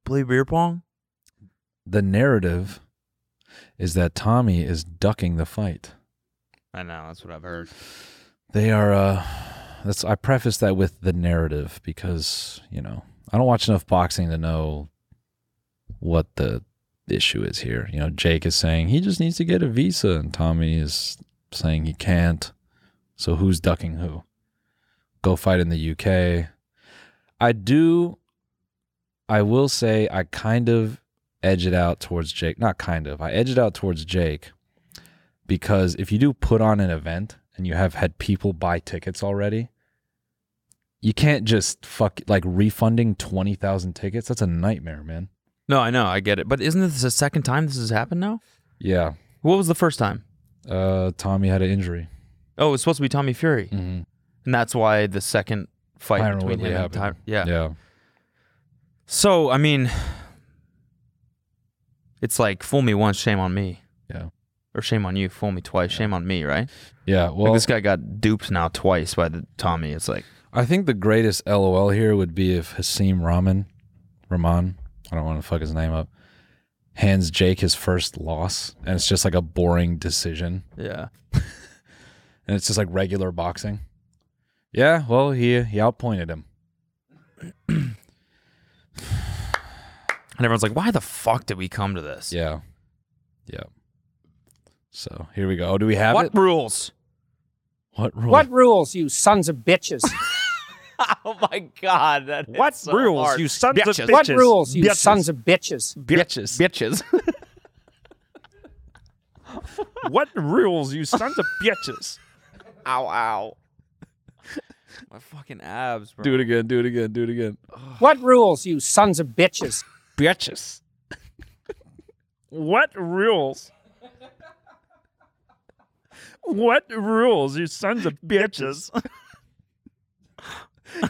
S6: Play beer pong?
S2: The narrative is that Tommy is ducking the fight.
S6: I know that's what I've heard.
S2: They are. uh That's. I preface that with the narrative because you know I don't watch enough boxing to know what the issue is here. You know, Jake is saying he just needs to get a visa, and Tommy is saying he can't. So who's ducking who? Go fight in the UK. I do. I will say I kind of edge it out towards Jake. Not kind of. I edge it out towards Jake because if you do put on an event and you have had people buy tickets already, you can't just fuck like refunding 20,000 tickets. That's a nightmare, man.
S6: No, I know, I get it. But isn't this the second time this has happened now?
S2: Yeah.
S6: What was the first time?
S2: Uh, Tommy had an injury.
S6: Oh, it was supposed to be Tommy Fury,
S2: Mm-hmm.
S6: and that's why the second fight
S2: Tyron
S6: between
S2: Woodley
S6: him and Ty-
S2: happened.
S6: yeah.
S2: Yeah.
S6: So I mean, it's like fool me once, shame on me.
S2: Yeah.
S6: Or shame on you, fool me twice, shame on me, right?
S2: Yeah. Well,
S6: like this guy got duped now twice by the Tommy. It's like
S2: I think the greatest LOL here would be if Hasim Rahman, Rahman, I don't want to fuck his name up, hands Jake his first loss, and it's just like a boring decision,
S6: yeah,
S2: and it's just like regular boxing. Yeah, well, he he outpointed him.
S6: and everyone's like, why the fuck did we come to this?
S2: Yeah, yeah. So here we go. Oh, do we have
S6: What
S2: it?
S6: rules?
S2: What rule?
S10: What rules, you sons of bitches?
S6: Oh my god, that
S7: What rules, you sons of bitches?
S10: What rules, you
S7: Bitches.
S10: sons of bitches?
S6: bitches? Bitches.
S7: What rules, you sons of bitches?
S6: ow, ow. My fucking abs, bro.
S2: Do it again. Do it again. Do it again.
S10: What rules, you sons of bitches?
S7: Bitches. What rules? What rules, you sons of bitches?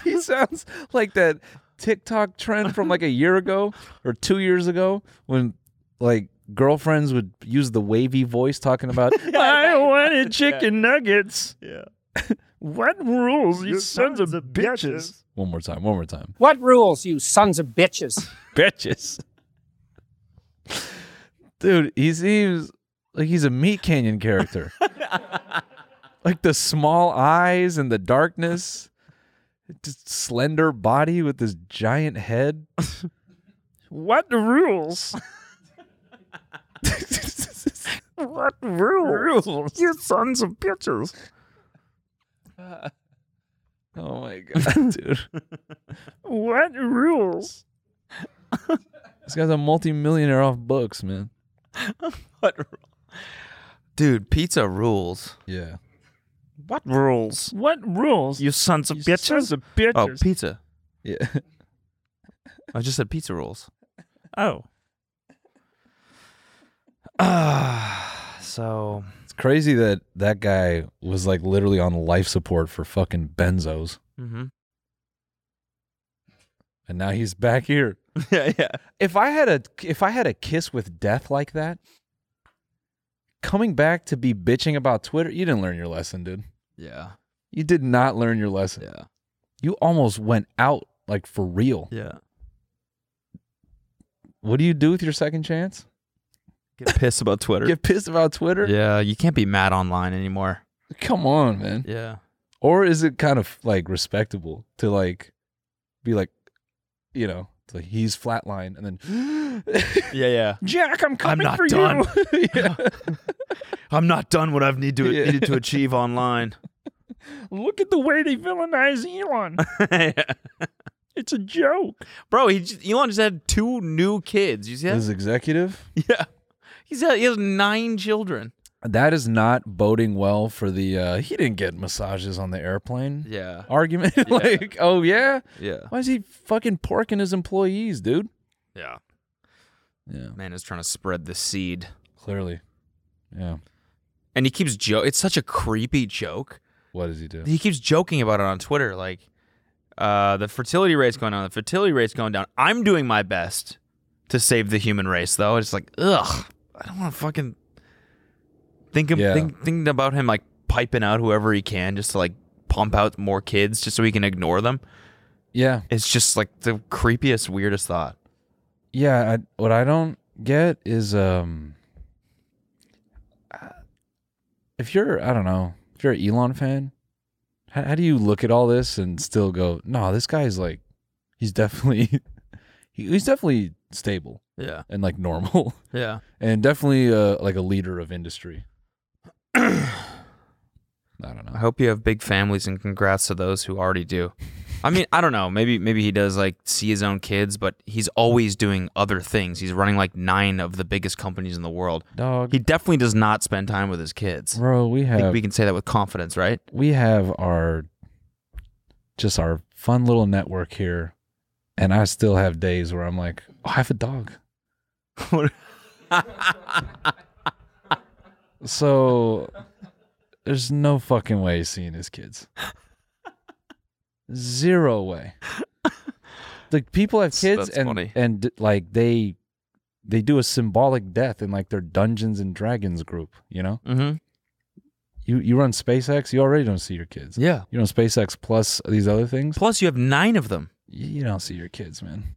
S2: he sounds like that TikTok trend from like a year ago or two years ago when like girlfriends would use the wavy voice talking about
S7: I wanted chicken nuggets. Yeah. What rules, you sons of bitches?
S2: one more time, one more time.
S10: What rules, you sons of bitches?
S2: Bitches. Dude, he seems like he's a Meat Canyon character. like the small eyes and the darkness. Just slender body with this giant head.
S7: What rules? what rules? You sons of bitches.
S2: Oh my god, dude.
S7: What rules?
S2: This guy's a multimillionaire off books, man.
S6: Dude, pizza rules.
S2: Yeah.
S7: What rules? What rules? You sons of bitches. Sons of
S6: Oh,
S7: bitches.
S6: pizza.
S2: Yeah.
S6: I just said pizza rules.
S7: Oh.
S6: Ah, so
S2: It's crazy that that guy was like literally on life support for fucking benzos.
S6: mm-hmm.
S2: And now he's back here.
S6: yeah, yeah.
S2: If I had a if I had a kiss with death like that, coming back to be bitching about Twitter, you didn't learn your lesson, dude.
S6: Yeah.
S2: You did not learn your lesson.
S6: Yeah.
S2: You almost went out like for real.
S6: Yeah.
S2: What do you do with your second chance?
S6: Get pissed about Twitter.
S2: Get pissed about Twitter?
S6: yeah, you can't be mad online anymore.
S2: Come on, man.
S6: Yeah.
S2: Or is it kind of like respectable to like be like, you know, it's like he's flatline and then
S6: Yeah, yeah.
S7: Jack, I'm coming
S6: not
S7: for
S6: done.
S7: you.
S6: I'm not done what I've need to
S2: Yeah.
S6: needed to achieve online.
S7: Look at the way they villainize Elon. It's a joke.
S6: Bro, he just, Elon just had two new kids. You see that?
S2: his executive?
S6: yeah. He's had, he has nine children.
S2: That is not boding well for the uh he didn't get massages on the airplane
S6: Yeah.
S2: argument. like, oh yeah?
S6: Yeah.
S2: Why is he fucking porking his employees, dude?
S6: Yeah.
S2: Yeah.
S6: Man is trying to spread the seed.
S2: Clearly. Yeah.
S6: And he keeps joke. It's such a creepy joke.
S2: What does he do?
S6: He keeps joking about it on Twitter like uh, the fertility rate's going down, the fertility rate's going down. I'm doing my best to save the human race though. It's like, ugh, I don't want to fucking think, of,
S2: Yeah.
S6: think think about him like piping out whoever he can just to like pump out more kids just so he can ignore them.
S2: Yeah.
S6: It's just like the creepiest, weirdest thought.
S2: Yeah, I, what I don't get is um if you're I don't know, if you're an Elon fan, how, how do you look at all this and still go, "No, this guy's like he's definitely he, he's definitely stable
S6: Yeah.
S2: and like normal
S6: Yeah.
S2: and definitely uh like a leader of industry." I don't
S6: I
S2: know.
S6: hope you have big families and congrats to those who already do. I mean, I don't know. Maybe maybe he does like see his own kids, but he's always doing other things. He's running like nine of the biggest companies in the world.
S2: Dog,
S6: He definitely does not spend time with his kids.
S2: bro, we
S6: I think
S2: have
S6: we can say that with confidence, right?
S2: we have our just our fun little network here and i still have days where i'm like oh, i have a dog so there's no fucking way he's seeing his kids zero way like people have
S6: That's-
S2: kids
S6: that's
S2: and
S6: funny.
S2: and like they they do a symbolic death in like their dungeons and dragons group you know
S6: Mm-hmm.
S2: you you run spacex you already don't see your kids
S6: Yeah.
S2: you know SpaceX plus these other things.
S6: Plus, you have nine of them.
S2: You, you don't see your kids, man.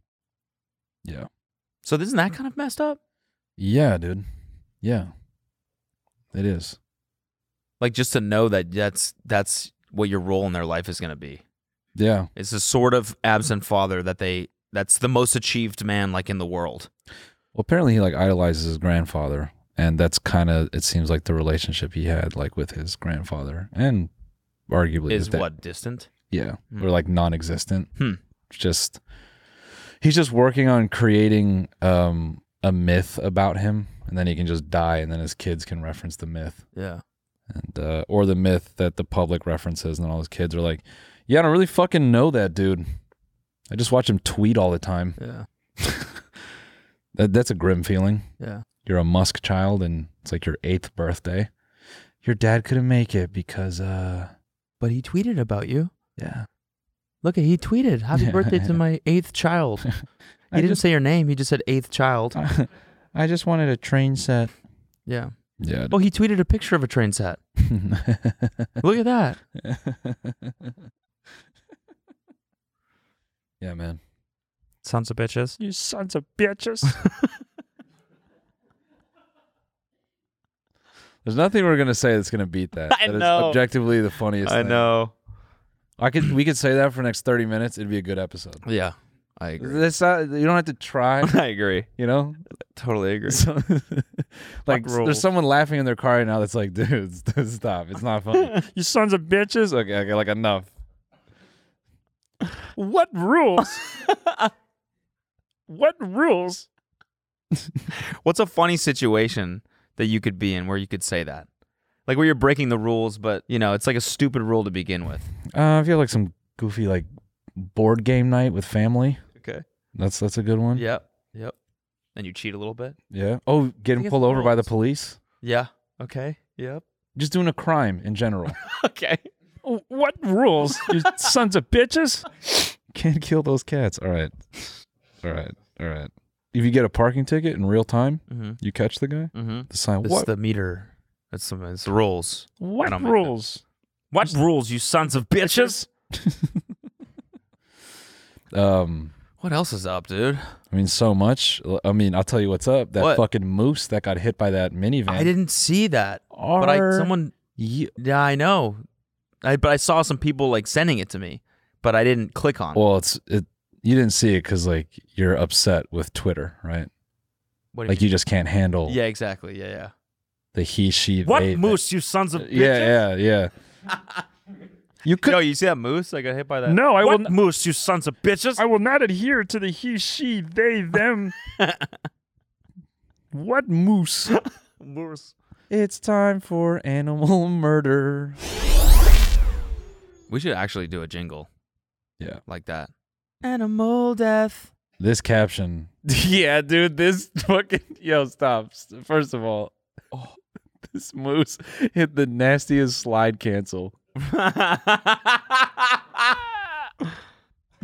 S2: Yeah.
S6: So isn't that kind of messed up?
S2: Yeah, dude. Yeah. It is.
S6: Like just to know that that's that's what your role in their life is going to be.
S2: Yeah.
S6: It's a sort of absent father that they that's the most achieved man like in the world.
S2: Well, apparently he like idolizes his grandfather, and that's kind of it seems like the relationship he had like with his grandfather, and arguably
S6: Is
S2: with that-
S6: what distant?
S2: Yeah,
S6: Hmm.
S2: or like non-existent.
S6: Hmm.
S2: It's Just he's just working on creating um a myth about him, and then he can just die, and then his kids can reference the myth.
S6: Yeah.
S2: and uh, or the myth that the public references, and all those kids are like, "Yeah, I don't really fucking know that dude. I just watch him tweet all the time."
S6: Yeah.
S2: That that's a grim feeling.
S6: Yeah.
S2: You're a Musk child, and it's like your eighth birthday. Your dad couldn't make it because, uh,
S6: But he tweeted about you.
S2: yeah,
S6: Look, he tweeted, "Happy
S2: Yeah.
S6: birthday to my eighth child." He
S1: I
S6: didn't
S1: just-
S6: say your name. He just said eighth child.
S1: I just wanted a train set.
S6: Yeah.
S2: yeah.
S6: Well, he tweeted a picture of a train set. Look at that.
S2: yeah, man.
S6: Sons of bitches.
S7: You sons of bitches.
S2: There's nothing we're gonna say that's gonna beat that.
S6: I
S2: That is
S6: know.
S2: objectively the funniest.
S6: I
S2: thing.
S6: know.
S2: I could. We could say that for the next thirty minutes. It'd be a good episode.
S6: Yeah, I agree.
S2: That's not, you don't have to try.
S6: I agree.
S2: You know,
S6: Totally agree.
S2: So- like
S6: Fuck
S2: s-
S6: rules.
S2: there's someone laughing in their car right now that's like, dude, s- stop, it's not funny.
S7: you sons of bitches.
S2: okay, okay, like enough.
S7: What rules? what rules?
S6: What's a funny situation that you could be in where you could say that? Like where you're breaking the rules, but you know it's like a stupid rule to begin with.
S2: Uh, I feel like some goofy like board game night with family.
S6: Okay.
S2: That's that's a good one.
S6: Yep. Yep. And you cheat a little bit.
S2: Yeah. Oh,
S6: think
S2: getting
S6: it's
S2: pulled over by the
S6: rules.
S2: police.
S6: Yeah. Okay. Yep.
S2: Just doing a crime in general.
S6: Okay.
S7: What rules? You sons of bitches.
S2: Can't kill those cats. All right. All right. All right. If you get a parking ticket in real time,
S6: Mm-hmm.
S2: you catch the guy.
S6: Mm-hmm.
S2: The sign.
S6: It's
S2: What?
S6: the meter. It's the, it's the rules. I
S7: What
S6: don't make
S7: rules?
S6: What rules, you sons of bitches?
S2: um.
S6: What else is up, dude?
S2: I mean, so much. L- I mean, I'll tell you what's up. That
S6: What?
S2: fucking moose that got hit by that minivan.
S6: I didn't see that, but I
S2: Are-
S6: someone yeah, I know. I but I saw some people like sending it to me, but I didn't click on. it.
S2: Well, it's it. You didn't see it because like you're upset with Twitter, right?
S6: What do you
S2: like you just can't handle
S6: Yeah, exactly. Yeah, yeah.
S2: the he, she,
S6: What
S2: they-
S6: moose, you sons of bitches?
S2: uh, Yeah, yeah, yeah.
S6: You could. Yo, you see that moose? I got hit by that.
S7: No, I
S6: What
S7: will n-
S6: moose, you sons of bitches.
S7: I will not adhere to the he, she, they, them. what moose?
S6: moose.
S1: It's time for animal murder.
S6: We should actually do a jingle.
S2: Yeah.
S6: Like that.
S1: Animal death.
S2: This caption.
S1: yeah, dude, this fucking yo stops. First of all,
S2: Oh. This moose hit the nastiest slide cancel.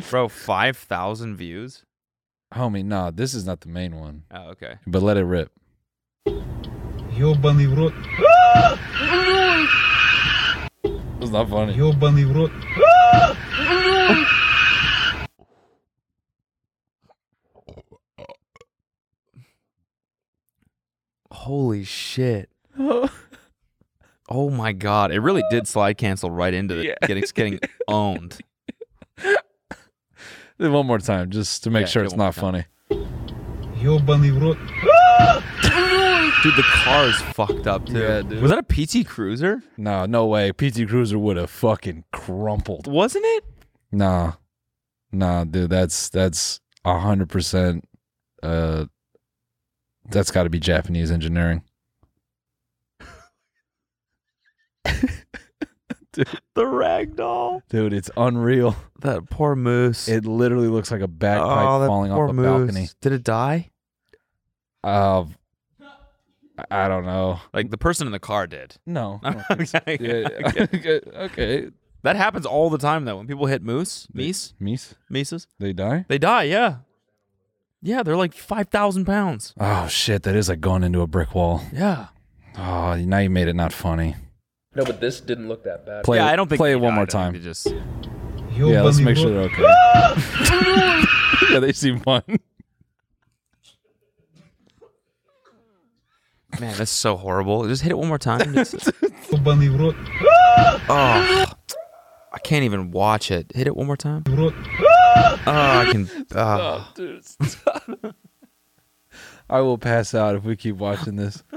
S6: Bro, 5,000 views?
S2: Homie, nah, this is not the main one.
S6: Oh, okay.
S2: But let it rip.
S11: Ёбаный в рот.
S2: It's not funny.
S11: Ёбаный в рот.
S6: Holy shit. Oh my god. It really did slide cancel right into the getting getting owned.
S2: One more time, just to make
S6: Yeah,
S2: sure
S6: do it
S2: it's
S6: one
S2: not
S6: more
S2: funny.
S11: Ёбаный в рот.
S6: Dude, the car's fucked up too.
S2: Yeah, dude.
S6: Was that a PT Cruiser?
S2: No, no way. PT Cruiser would have fucking crumpled.
S6: Wasn't it?
S2: Nah, nah, dude, that's that's a hundred percent. Uh, that's got to be Japanese engineering.
S6: The ragdoll.
S2: Dude, it's unreal.
S6: That poor moose.
S2: It literally looks like a bagpipe
S6: Oh, that
S2: falling
S6: poor
S2: off a
S6: moose.
S2: balcony.
S6: Did it die?
S2: Uh, I- I don't know.
S6: Like the person in the car did.
S2: No.
S6: okay.
S2: Yeah, yeah. okay.
S6: That happens all the time though. When people hit moose, meese,
S2: Meese,
S6: mises,
S2: they die?
S6: they die. Yeah, yeah, they're like five thousand pounds.
S2: Oh shit, that is like going into a brick wall.
S6: Yeah.
S2: Oh, now you made it not funny.
S9: No, but this didn't look that bad.
S2: Play,
S6: yeah,
S2: it-
S6: I don't think
S2: play
S6: they
S2: it
S6: died.
S2: one more
S6: I think
S2: time.
S6: they just
S2: Yeah, let's
S11: Ёбаный
S2: make
S11: в
S2: sure
S11: рот.
S2: they're okay. yeah, they seem fun.
S6: man, that's so horrible. Just hit it one more time. Just-
S11: Ёбаный в рот.
S6: oh, I can't even watch it. Hit it one more time.
S11: В рот.
S6: Oh, I can. Oh.
S2: I will pass out if we keep watching this.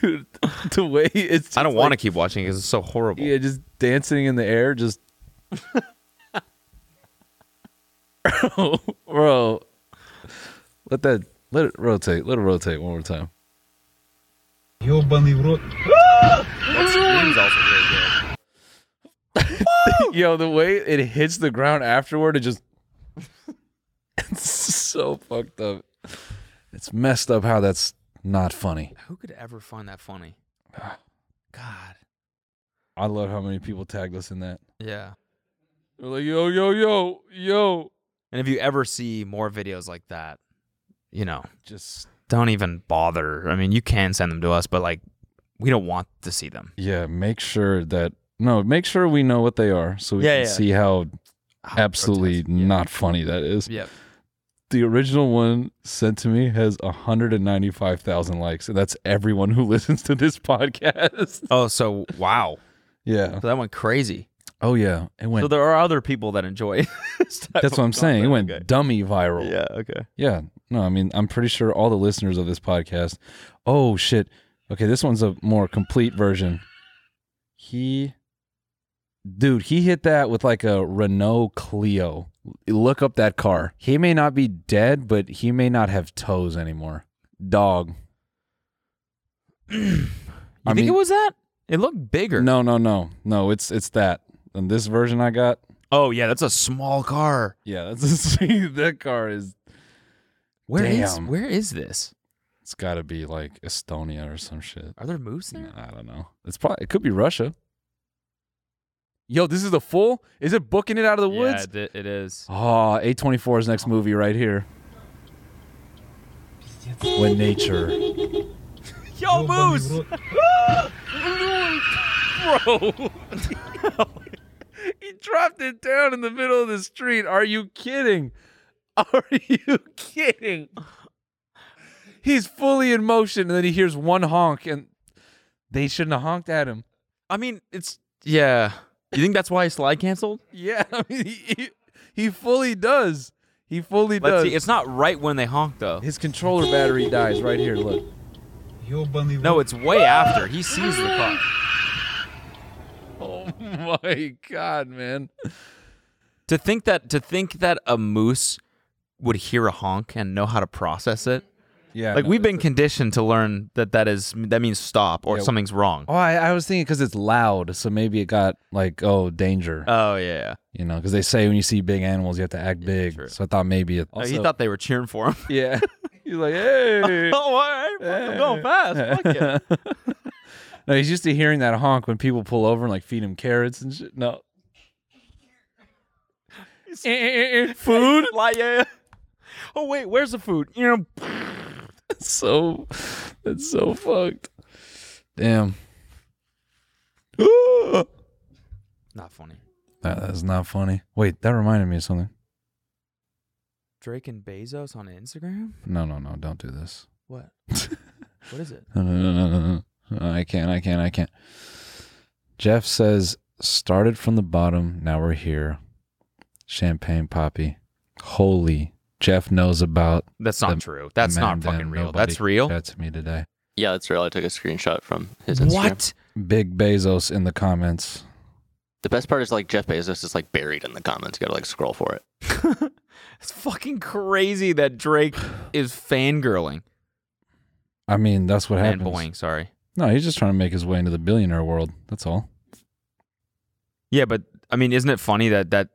S2: Dude, the way it's
S6: I don't want to keep watching because it's so horrible.
S2: Yeah, just dancing in the air, just bro, bro. Let that let it rotate. Let it rotate one more time.
S11: Ёбаный в рот.
S6: That scream's also really good.
S2: Yo, the way it hits the ground afterward, it just it's so fucked up. It's messed up how that's not funny.
S6: Who could ever find that funny? God.
S2: I love how many people tagged us in that.
S6: Yeah.
S2: They're like, yo, yo, yo, yo.
S6: And if you ever see more videos like that, you know,
S2: Just
S6: don't even bother. I mean, you can send them to us, but like, we don't want to see them.
S2: yeah, make sure that no, make sure we know what they are so we
S6: Yeah,
S2: can
S6: yeah.
S2: see how
S6: Ah,
S2: absolutely
S6: grotesque. Yeah.
S2: not funny that is.
S6: Yep.
S2: The original one sent to me has 195,000 likes, and that's everyone who listens to this podcast.
S6: Oh, so wow,
S2: Yeah.
S6: so that went crazy.
S2: Oh yeah, it went.
S6: So there are other people that enjoy. this type
S2: that's
S6: of
S2: what I'm saying. It
S6: content.
S2: went dummy viral.
S6: Okay. Yeah. Okay.
S2: Yeah. No, I mean, I'm pretty sure all the listeners of this podcast. Oh shit. Okay, this one's a more complete version. He, dude, he hit that with like a Renault Clio. Look up that car. He may not be dead, but he may not have toes anymore. Dog.
S6: You think it was that? It looked bigger.
S2: No, no, no, no. It's it's that. And this version I got.
S6: Oh yeah, that's a small car.
S2: Yeah, that's that car is.
S6: Where is?
S2: Damn.
S6: Where is this?
S2: It's got to be like Estonia or some shit.
S6: Are there moose there?
S2: I don't know. It's probably it could be Russia. Yo, this is the full. Is it booking it out of the woods?
S6: Yeah, it is.
S2: Ah, A twenty four's next movie right here. When nature,
S6: Yo, moose.
S11: в рот.
S2: he dropped it down in the middle of the street. Are you kidding? Are you kidding? He's fully in motion, and then he hears one honk, and They shouldn't have honked at him.
S6: I mean, it's yeah. You think that's why Slide canceled?
S2: Yeah, I mean, he, he, he fully does. He fully
S6: Let's
S2: does.
S6: see. It's not right when they honk though.
S2: His controller battery dies right here. Look.
S6: No, it's way after. He sees the car.
S2: Oh my god, man.
S6: To think that to think that a moose would hear a honk and know how to process it.
S2: Yeah,
S6: Like
S2: no,
S6: we've been conditioned to learn that that is that means stop or
S2: Yeah.
S6: something's wrong.
S2: Oh, I, I was thinking because it's loud, so maybe it got like, oh, danger.
S6: Oh yeah.
S2: you know, because they say when you see big animals, you have to act big. So I Oh, thought maybe it.
S6: Oh, he thought they were cheering for him.
S2: Yeah. He's like, hey.
S6: oh, all right. Fuck, I'm going fast. Fuck it.
S2: no, he's used to hearing that honk when people pull over and like feed him carrots and shit. No. Eh,
S6: food? Like, yeah. Oh wait, where's the food? You know,
S2: so that's so fucked. Damn.
S6: not funny.
S2: That, that's not funny. Wait, that reminded me of something.
S6: Drake and Bezos on Instagram?
S2: No, no, no. Don't do this.
S6: What? what is it?
S2: No, no, no, no, no, no. I can't. I can't. I can't. Jeff says, started from the bottom. Now we're here. Champagne Poppy. Holy. Jeff knows about.
S6: That's not
S2: the-
S6: true. That's
S2: the
S6: not
S2: man
S6: fucking
S2: down.
S6: real.
S2: Nobody
S6: That's real?
S2: That to me today.
S8: Yeah, that's real. I took a screenshot from his Instagram.
S2: Big Bezos in the comments.
S8: The best part is like Jeff Bezos is like buried in the comments. You gotta like scroll for it.
S6: It's fucking crazy that Drake is fangirling.
S2: I mean, that's what happens.
S6: Fanboying, sorry.
S2: No, he's just trying to make his way into the billionaire world. That's all.
S6: Yeah, but I mean, isn't it funny that that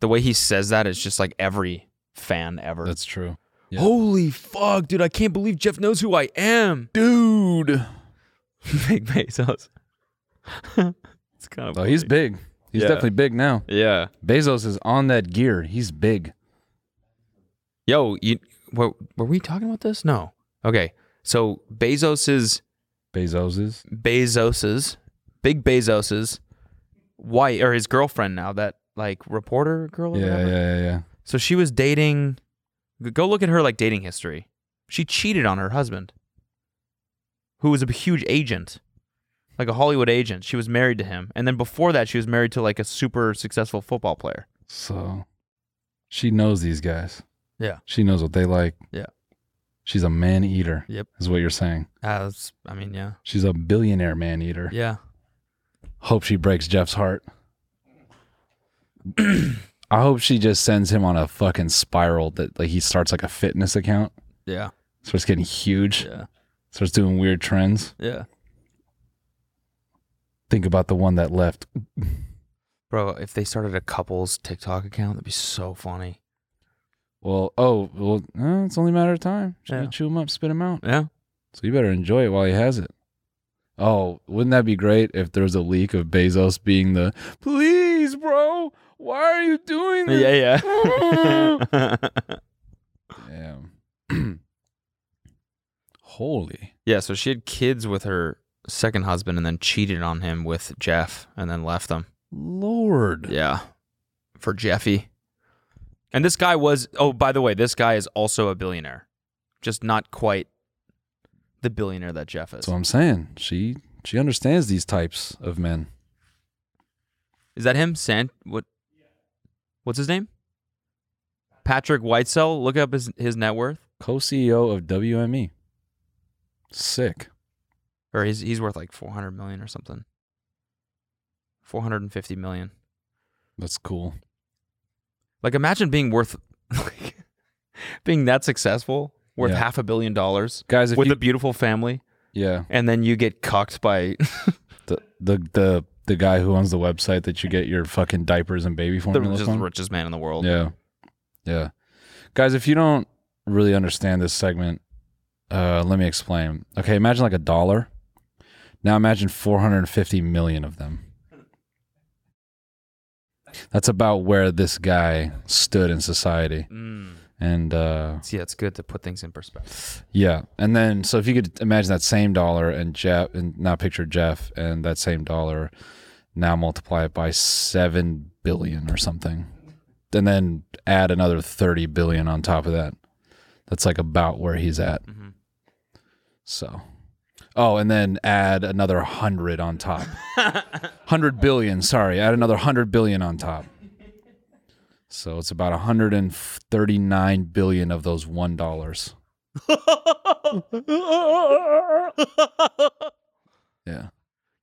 S6: the way he says that is just like every fan ever.
S2: That's true.
S6: Holy fuck, dude! I can't believe Jeff knows who I am,
S2: dude.
S6: Big Bezos. it's kind of.
S2: Oh, he's
S6: funny.
S2: big. He's
S6: Yeah.
S2: definitely big now.
S6: Yeah.
S2: Bezos is on that gear. He's big.
S6: Yo, you were, were we talking about this? No. Okay. So Bezos's
S2: Bezos's
S6: Bezos's big Bezos's wife or his girlfriend now that like reporter girl. Or
S2: Yeah,
S6: whatever.
S2: yeah, yeah, yeah.
S6: So she was dating. Go look at her like dating history. She cheated on her husband, who was a huge agent, like a Hollywood agent. She was married to him, and then before that, she was married to like a super successful football player.
S2: So she knows these guys.
S6: Yeah.
S2: She knows what they like.
S6: Yeah.
S2: She's a man eater.
S6: Yep.
S2: Is what you're saying.
S6: As I mean, yeah,
S2: She's a billionaire man eater.
S6: yeah.
S2: Hope she breaks Jeff's heart. I hope she just sends him on a fucking spiral that like he starts like a fitness account.
S6: Yeah.
S2: Starts getting huge.
S6: Yeah.
S2: Starts doing weird trends.
S6: Yeah.
S2: Think about the one that left.
S6: Bro, if they started a couples TikTok account, that'd be so funny.
S2: Well, oh, well, eh, it's only a matter of time. She's
S6: Yeah.
S2: gonna chew him up, spit him out.
S6: Yeah.
S2: So you better enjoy it while he has it. Oh, wouldn't that be great if there was a leak of Bezos being the Please, bro. Why are you doing
S6: Yeah,
S2: this?
S6: yeah.
S2: Damn. Holy.
S6: yeah, so she had kids with her second husband and then cheated on him with Jeff and then left them.
S2: Lord.
S6: Yeah. For Jeffy. And this guy was oh, by the way, this guy is also a billionaire. Just not quite the billionaire that Jeff is.
S2: That's what I'm saying. She she understands these types of men.
S6: Is that him? San what what's his name? Patrick Whitesell. Look up his his net worth.
S2: Co-CEO E of WME. Sick.
S6: or he's he's worth like 400 million or something 450 million
S2: That's cool.
S6: like imagine being worth like being that successful worth
S2: Yeah.
S6: half a billion dollars
S2: Guys, if
S6: with
S2: you-
S6: a beautiful family
S2: Yeah.
S6: and then you get cucked by
S2: The the the the guy who owns the website that you get your fucking diapers and baby
S6: the
S2: formula
S6: richest,
S2: from.
S6: richest man in the world
S2: Yeah. Yeah. Guys, if you don't really understand this segment, uh, let me explain. Okay, imagine like a dollar. Now imagine 450 million of them. That's about where this guy stood in society.
S6: Mm.
S2: And uh,
S6: see it's good to put things in perspective
S2: yeah. And then, so if you could imagine that same dollar and Jeff, and now picture Jeff and that same dollar, now multiply it by 7 billion or something. And then add another 30 billion on top of that. That's like about where he's at. So, Oh, and then add another hundred on top. hundred billion, sorry. Add another hundred billion on top. So it's about 139 billion of those one dollars. Yeah.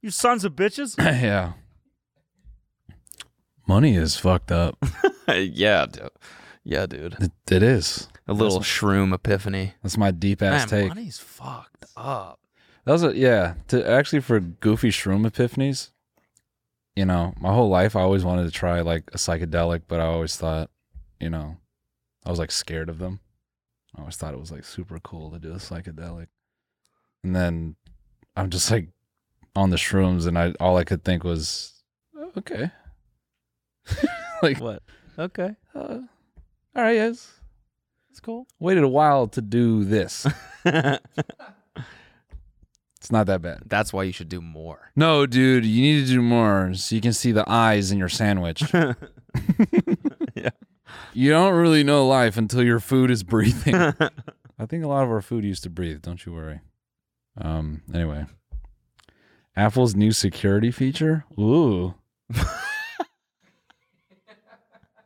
S12: You sons of bitches.
S2: yeah. Money is fucked up.
S6: yeah, dude. yeah, dude.
S2: It, it is.
S6: A little shroom epiphany.
S2: That's my deep ass
S6: Man,
S2: take.
S6: money's fucked up.
S2: That was a yeah. To actually for goofy shroom epiphanies, you know, my whole life I always wanted to try like a psychedelic, but I always thought, you know, I was like scared of them. I always thought it was like super cool to do a psychedelic, and then I'm just like on the shrooms, and I all I could think was "Oh, Okay. like
S12: what? Okay.
S2: Uh, all right, yes.
S12: It's cool.
S2: waited a while to do this. it's not that bad.
S6: That's why you should do more.
S2: No, dude, you need to do more so you can see the eyes in your sandwich. yeah. You don't really know life until your food is breathing. I think a lot of our food used to breathe, don't you worry. Um anyway. Apple's new security feature? Ooh.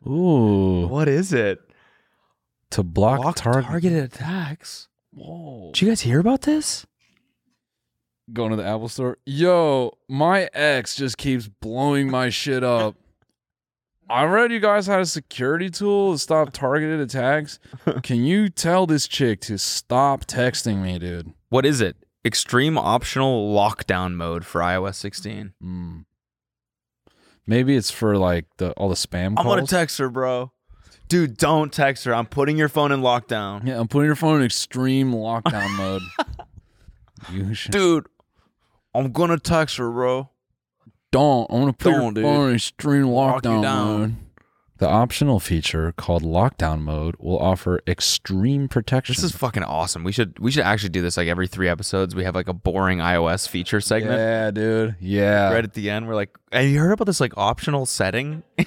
S2: Ooh.
S6: What is it?
S2: To block, target
S6: Targeted attacks.
S2: Whoa.
S6: Did you guys hear about this?
S2: going to the Apple store. Yo, my ex just keeps blowing my shit up. I read you guys had a security tool to stop targeted attacks. Can you tell this chick to stop texting me, dude?
S6: What is it? Extreme optional lockdown mode for iOS 16.
S2: Mm. Maybe it's for like the all the spam
S6: I'm
S2: calls.
S6: gonna text her, bro. Dude, don't text her. I'm putting your phone in lockdown.
S2: yeah, I'm putting your phone in extreme lockdown mode. You should.
S6: Dude, I'm gonna text her, bro.
S2: Don't. I'm gonna put your
S6: Don't, dude.
S2: phone in extreme
S6: Lock you
S2: lockdown
S6: down.
S2: mode. The optional feature called lockdown mode will offer extreme protection.
S6: This is fucking awesome. We should we should actually do this like every three episodes. We have like a boring iOS feature segment.
S2: Yeah, dude. Yeah.
S6: Right at the end, we're like, have you heard about this like optional setting?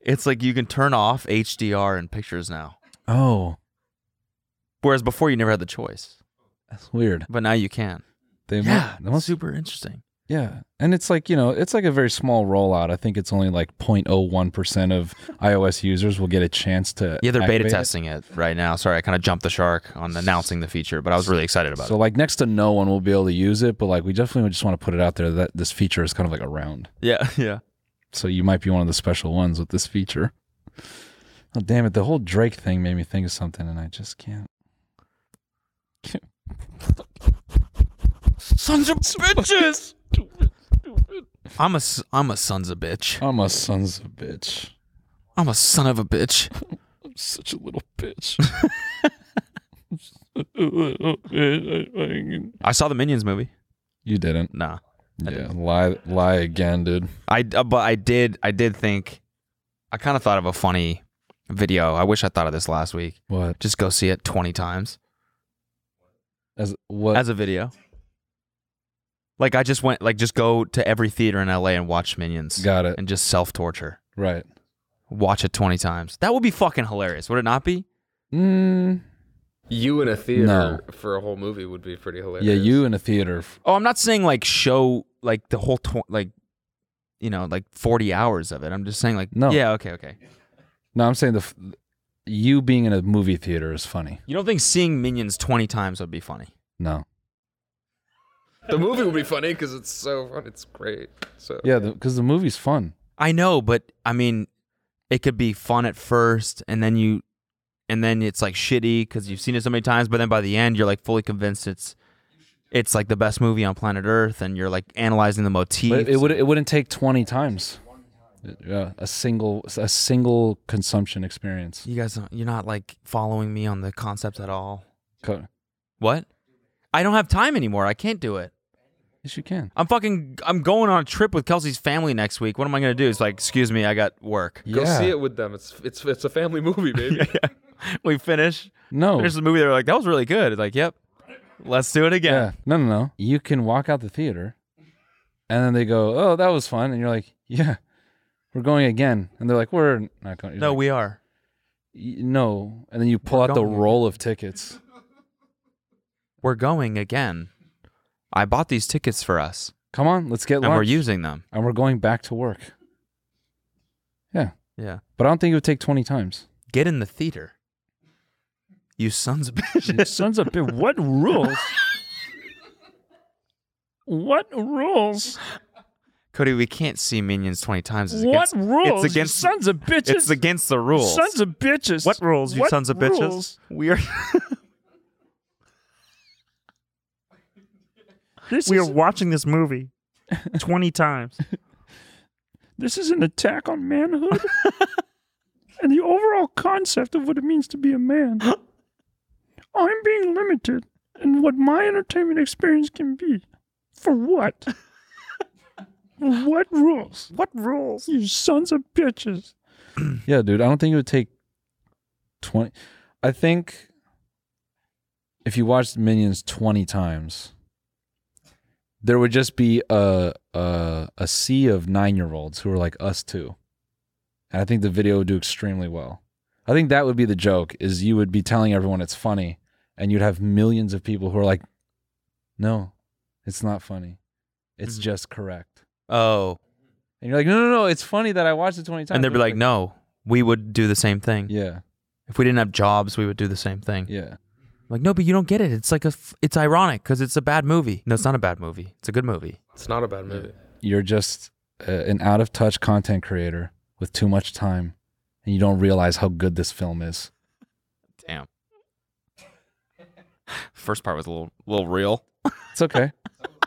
S6: it's like you can turn off HDR in pictures now.
S2: Oh,
S6: Whereas before you never had the choice.
S2: that's weird.
S6: But now you can.
S2: They mu-
S6: yeah.
S2: they must-
S6: super interesting.
S2: yeah. And it's like, you know, it's like a very small rollout. I think it's only like 0.01% of iOS users will get a chance to.
S6: Yeah, they're beta
S2: activate it.
S6: testing it right now. Sorry, I kind of jumped the shark on announcing the feature, but I was really excited about
S2: So, like, next to no one will be able to use it, but like, we definitely just want to put it out there that this feature is kind of like around.
S6: it. Yeah, yeah.
S2: So, you might be one of the special ones with this feature. Oh, damn it. The whole Drake thing made me think of something, and I just can't.
S6: Sons of bitches. I'm a s- I'm a sons of bitch.
S2: I'm a son's a bitch.
S6: I'm a son of a bitch.
S2: I'm such a little bitch.
S6: I saw the Minions movie.
S2: you didn't.
S6: Nah. I
S2: Yeah. Lie, lie again, dude.
S6: I uh, but I did I did think I kind of thought of a funny video. I wish I thought of this last week.
S2: What?
S6: Just go see it 20 times
S2: As what?
S6: as a video. Like I just went like just go to every theater in LA and watch Minions
S2: Got it.
S6: and just self-torture.
S2: Right.
S6: Watch it 20 times. That would be fucking hilarious. Would it not be?
S2: Mm,
S9: You in a theater
S2: No.
S9: for a whole movie would be pretty hilarious.
S2: yeah, you in a theater. f-
S6: Oh, I'm not saying like show like the whole tw- like you know, like 40 hours of it. I'm just saying like
S2: No.
S6: Yeah, okay, okay.
S2: No, I'm saying the f- you being in a movie theater is funny.
S6: You don't think seeing Minions 20 times would be funny?
S2: No.
S9: The movie would be funny because it's so fun. It's great. So
S2: Yeah, because the, movie's fun.
S6: I know, but I mean, it could be fun at first, and then you, and then it's like shitty because you've seen it so many times. But then by the end, you're like fully convinced it's, it's like the best movie on planet Earth, and you're like analyzing the motif.
S2: But it, would it wouldn't take 20 times. Yeah, a single a single consumption experience.
S6: You guys, don't, you're not like following me on the concept at all.
S2: Co-
S6: What? I don't have time anymore. I can't do it.
S2: Yes, you can.
S6: I'm fucking. I'm going on a trip with Kelsey's family next week. What am I gonna do? It's like, excuse me, I got work.
S9: go
S2: yeah.
S9: see it with them. It's it's it's a family movie, baby.
S6: We finish.
S2: No.
S6: Finish the movie. They're like, that was really good. Like, yep. Let's do it again.
S2: Yeah. No, no, no. You can walk out the theater, and then they go, "Oh, that was fun," and you're like, "Yeah, we're going again," and they're like, "We're not going." You're
S6: No,
S2: like,
S6: we are.
S2: "Y- no. And then you pull out the
S6: going
S2: roll of tickets.
S6: We're going again. I bought these tickets for us.
S2: Come on, let's get
S6: And we're
S2: lunch.
S6: using them.
S2: And we're going back to work. Yeah.
S6: Yeah.
S2: But I don't think it would take 20 times.
S6: Get in the theater. You sons of bitches.
S2: sons of bitches. What rules?
S7: What rules?
S6: Cody, we can't see Minions 20 times. It's
S7: What
S6: against,
S7: rules, you
S6: It's against,
S7: sons of bitches?
S6: It's against the rules.
S7: Sons of bitches. What rules,
S6: you sons of bitches? We are.
S12: we are
S7: is-
S12: watching this movie 20 times.
S7: This is an attack on manhood and the overall concept of what it means to be a man. I'm being limited in what my entertainment experience can be. For what? what rules? What rules? You sons of bitches.
S2: yeah, dude. I don't think it would take 20. I think if you watched Minions 20 times, there would just be a a, a sea of nine year olds who are like us too. And I think the video would do extremely well. I think that would be the joke is you would be telling everyone it's funny and you'd have millions of people who are like, no, it's not funny. It's
S6: Mm.
S2: just correct.
S6: Oh.
S2: And you're like, no, no, no, it's funny that I watched it 20 times.
S6: And they'd be
S2: It's
S6: like, no, we would do the same thing.
S2: Yeah.
S6: If we didn't have jobs, we would do the same thing.
S2: Yeah.
S6: Like, no, but you don't get it. It's like a, f- it's ironic because it's a bad movie. No, it's not a bad movie. It's a good movie.
S9: It's not a bad movie.
S2: you're just uh, an out of touch content creator with too much time and you don't realize how good this film is.
S6: Damn. First part was a little, little real.
S2: It's okay.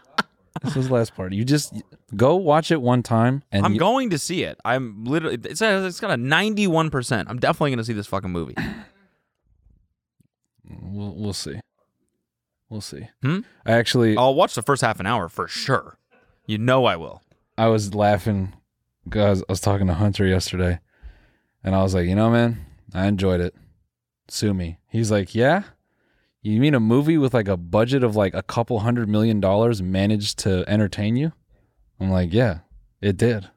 S2: this was the last part. You just go watch it one time and
S6: I'm
S2: you-
S6: going to see it. I'm literally. It's, it's got a 91. percent I'm definitely going to see this fucking movie.
S2: we'll, we'll see. We'll see.
S6: Hmm?
S2: I actually
S6: I'll watch the first half an hour for sure. You know I will.
S2: I was laughing because I was talking to Hunter yesterday and I was like, you know, man, I enjoyed it. Sue me. He's like, yeah. You mean a movie with like a budget of like a couple hundred million dollars managed to entertain you? I'm like, yeah, it did.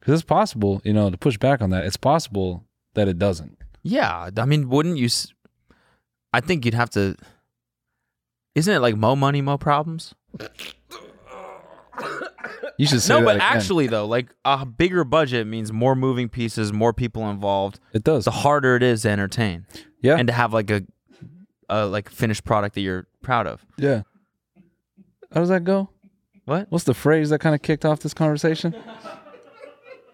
S2: Because it's possible, you know, to push back on that, it's possible that it doesn't.
S6: Yeah, I mean, wouldn't you? s- I think you'd have to. Isn't it like mo money, mo problems?
S2: You should say
S6: no,
S2: that
S6: but
S2: again.
S6: actually though, like a bigger budget means more moving pieces, more people involved.
S2: It does.
S6: The harder it is to entertain.
S2: Yeah.
S6: And to have like a, a like finished product that you're proud of.
S2: Yeah. How does that go?
S6: What?
S2: What's the phrase that kind of kicked off this conversation?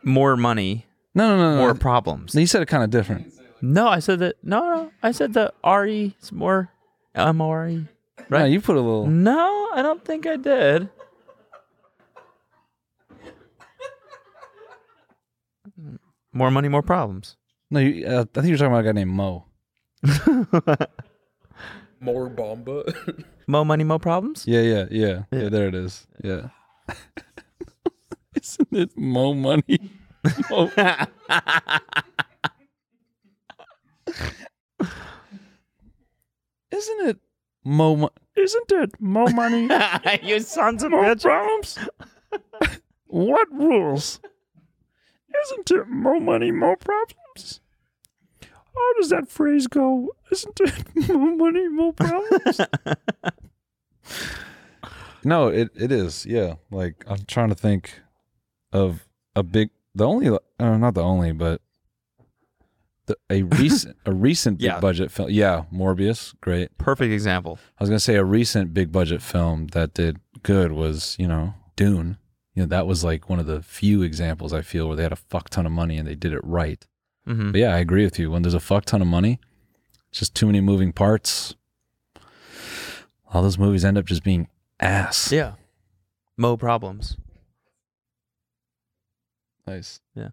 S6: More money.
S2: No, no, no, no.
S6: More problems.
S2: You said it kind of different.
S6: No, I said that. No, no, I said the re. It's more M O R E.
S2: Right. you put a little.
S6: No, I don't think I did. More money, more problems.
S2: No, you, uh, I think you're talking about a guy named Mo.
S9: More Bomba.
S6: Mo money, mo problems.
S2: Yeah, yeah, yeah, yeah. there it is. Yeah. Isn't it Mo money? Mo. Isn't it Mo? Mo-
S7: Isn't it more money?
S6: you sons
S7: of more problems. what rules? Isn't it more money, more problems? How does that phrase go? Isn't it more money, more problems?
S2: no, it it is. Yeah, like I'm trying to think of a big. The only, uh, not the only, but the, a recent a recent big
S6: Yeah.
S2: budget film. Yeah, Morbius, great.
S6: Perfect example.
S2: I was gonna say a recent big budget film that did good was you know Dune. You know that was like one of the few examples I feel where they had a fuck ton of money and they did it right.
S6: Mhm.
S2: But yeah, I agree with you. When there's a fuck ton of money, it's just too many moving parts. All those movies end up just being ass.
S6: Yeah. Mo problems.
S2: Nice.
S6: Yeah.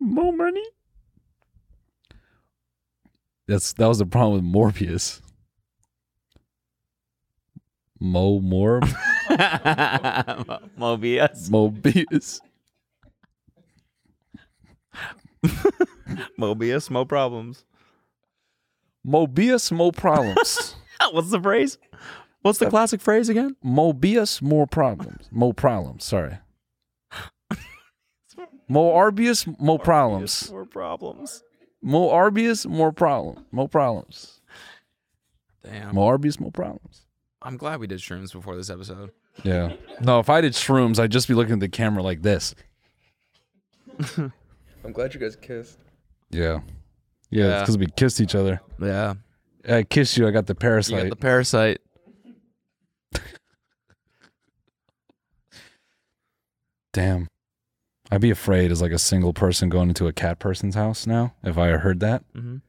S7: more money?
S2: That's that was the problem with Morbius. Mo Morb
S6: Mobius.
S2: Mobius.
S6: Mobius, mo problems.
S2: Mobius Mo problems.
S6: What's the phrase? What's the classic phrase again?
S2: Mobius more problems. Mo problems. Sorry. Mo Arbius Mo problems.
S6: More problems.
S2: Mo Arbius more problem. Mo problems.
S6: Damn.
S2: Mo Arbius Mo problems.
S6: I'm glad we did shrooms before this episode.
S2: Yeah. No, if I did shrooms, I'd just be looking at the camera like this.
S9: I'm glad you guys kissed.
S2: Yeah. Yeah, it's
S6: Yeah.
S2: because we kissed each other.
S6: Yeah.
S2: I kissed you. I got the parasite.
S6: You got the parasite.
S2: Damn. I'd be afraid as like a single person going into a cat person's house now if I heard that.
S6: Mhm.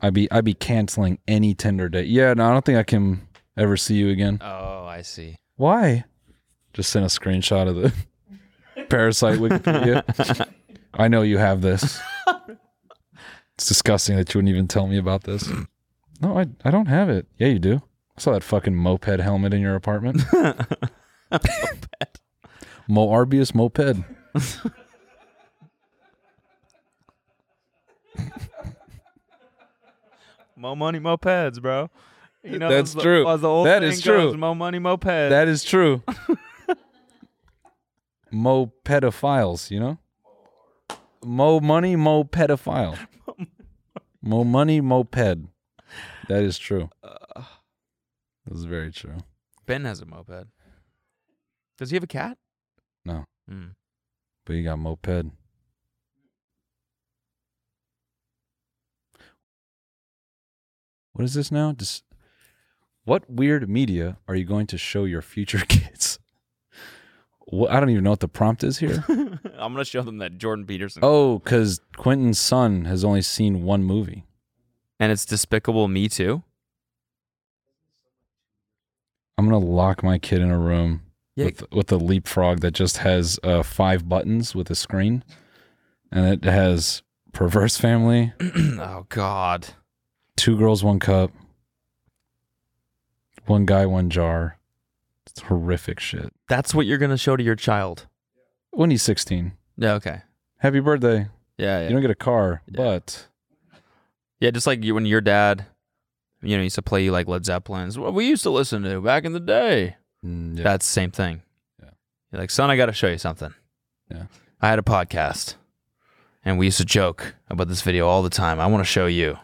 S2: I'd be I'd be canceling any Tinder date. Yeah, no, I don't think I can ever see you again.
S6: Oh, I see.
S2: Why? Just send a screenshot of the parasite Wikipedia. I know you have this. It's disgusting that you wouldn't even tell me about this. No, I I don't have it. Yeah, you do. I saw that fucking moped helmet in your apartment. Mo Arbius moped.
S6: Mo money, mopeds, bro. You know
S2: That's
S6: as the-
S2: true.
S6: as the old
S2: That is
S6: saying goes,
S2: true.
S6: Mo money, moped.
S2: That is true. Mo pedophiles, you know? Mo money, mo pedophile. Mo money, moped. That is true. That is very true.
S6: Ben has a moped. Does he have a cat?
S2: No.
S6: Hmm.
S2: But you got moped. What is this now? Just what weird media are you going to show your future kids? Wha- I don't even know what the prompt is here.
S6: I'm gonna show them that Jordan Peterson.
S2: Oh, because Quentin's son has only seen one movie.
S6: And it's Despicable Me Too.
S2: I'm gonna lock my kid in a room
S6: Yeah.
S2: with with a leapfrog that just has uh, five buttons with a screen, and it has perverse family,
S6: oh God.
S2: two girls, one cup, one guy, one jar. It's horrific shit.
S6: That's what you're gonna show to your child.
S2: When he's 16,
S6: Yeah. Okay.
S2: happy birthday.
S6: Yeah. yeah.
S2: You don't get a car, but
S6: Yeah, just like you, when your dad, you know, used to play you like Led Zeppelin's. What we used to listen to back in the day.
S2: Mm, yeah.
S6: That's the same thing. Yeah. You're like, son, I got to show you something.
S2: Yeah.
S6: I had a podcast, and we used to joke about this video all the time. I want to show you.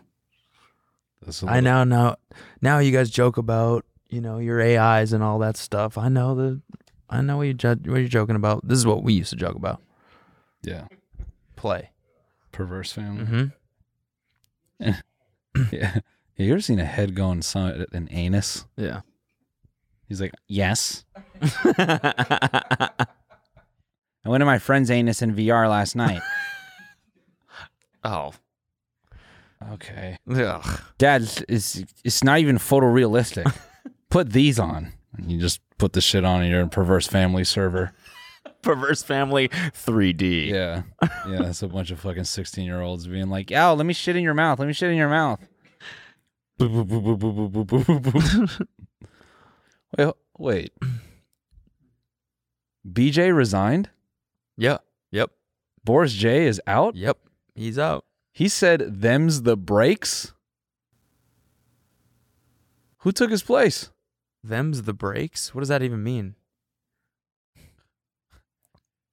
S2: That's
S6: I now know. Now you guys joke about you know your AIs and all that stuff. I know the. I know what you jo- what you're joking about. This is what we used to joke about.
S2: yeah,
S6: Play.
S2: perverse family.
S6: Mm-hmm.
S2: yeah. You ever seen a head go inside an anus?
S6: Yeah.
S2: He's like, yes. I went to my friend's anus in VR last night.
S6: Oh.
S2: Okay.
S6: Ugh.
S2: Dad, it's, it's, it's not even photorealistic. put these on. And You just put the shit on and you're in perverse family server.
S6: Perverse Family 3D.
S2: Yeah. Yeah, that's a bunch of fucking 16 year olds being like, yo, let me shit in your mouth. Let me shit in your mouth. Boop, boop, boop, boop, boop, boop, boop, boop, boop. wait, ho- wait. BJ resigned?
S6: Yeah. Yep.
S2: Boris J is out?
S6: Yep. He's out.
S2: He said, them's the breaks? Who took his place?
S6: Them's the breaks? What does that even mean?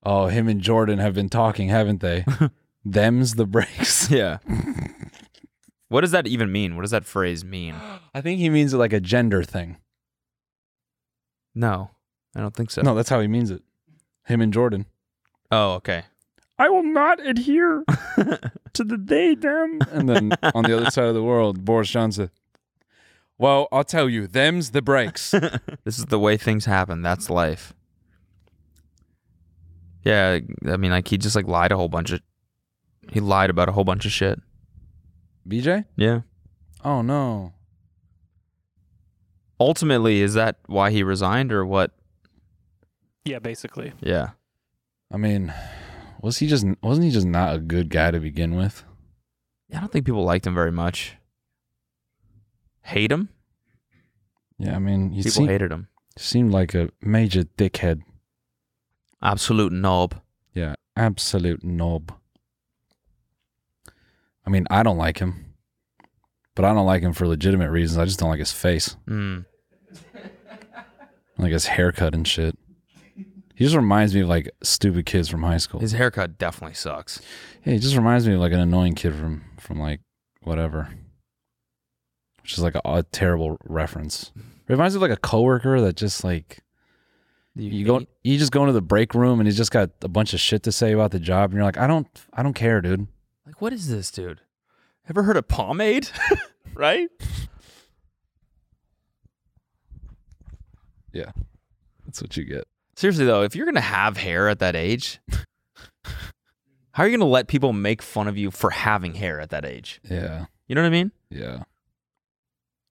S2: Oh, him and Jordan have been talking, haven't they? Them's the breaks.
S6: Yeah. What does that even mean? What does that phrase mean?
S2: I think he means it like a gender thing.
S6: No, I don't think so.
S2: No, that's how he means it. Him and Jordan.
S6: Oh, okay.
S7: I will not adhere to the they them.
S2: And then on the other side of the world, Boris Johnson. Well, I'll tell you, them's the breaks.
S6: This is the way things happen. That's life. Yeah, I mean, like he just like lied a whole bunch of. He lied about a whole bunch of shit.
S2: BJ?
S6: Yeah.
S2: Oh no.
S6: Ultimately, is that why he resigned or what?
S13: Yeah, basically.
S6: Yeah.
S2: I mean, was he just wasn't he just not a good guy to begin with?
S6: I don't think people liked him very much. Hate him?
S2: Yeah, I mean, he
S6: People
S2: seemed,
S6: hated him.
S2: Seemed like a major dickhead.
S6: Absolute knob.
S2: Yeah, absolute knob. I mean, I don't like him, but I don't like him for legitimate reasons. I just don't like his face,
S6: Mm.
S2: like his haircut and shit. He just reminds me of like stupid kids from high school.
S6: His haircut definitely sucks.
S2: Yeah, he just reminds me of like an annoying kid from from like whatever, which is like a, a terrible reference reminds me of like a coworker that just like you, go you just go into the break room and he's just got a bunch of shit to say about the job and you're like, I don't I don't care, dude.
S6: Like, what is this, dude? Ever heard of pomade? right?
S2: Yeah. That's what you get.
S6: Seriously though, if you're gonna have hair at that age, how are you gonna let people make fun of you for having hair at that age?
S2: Yeah.
S6: You know what I mean?
S2: Yeah.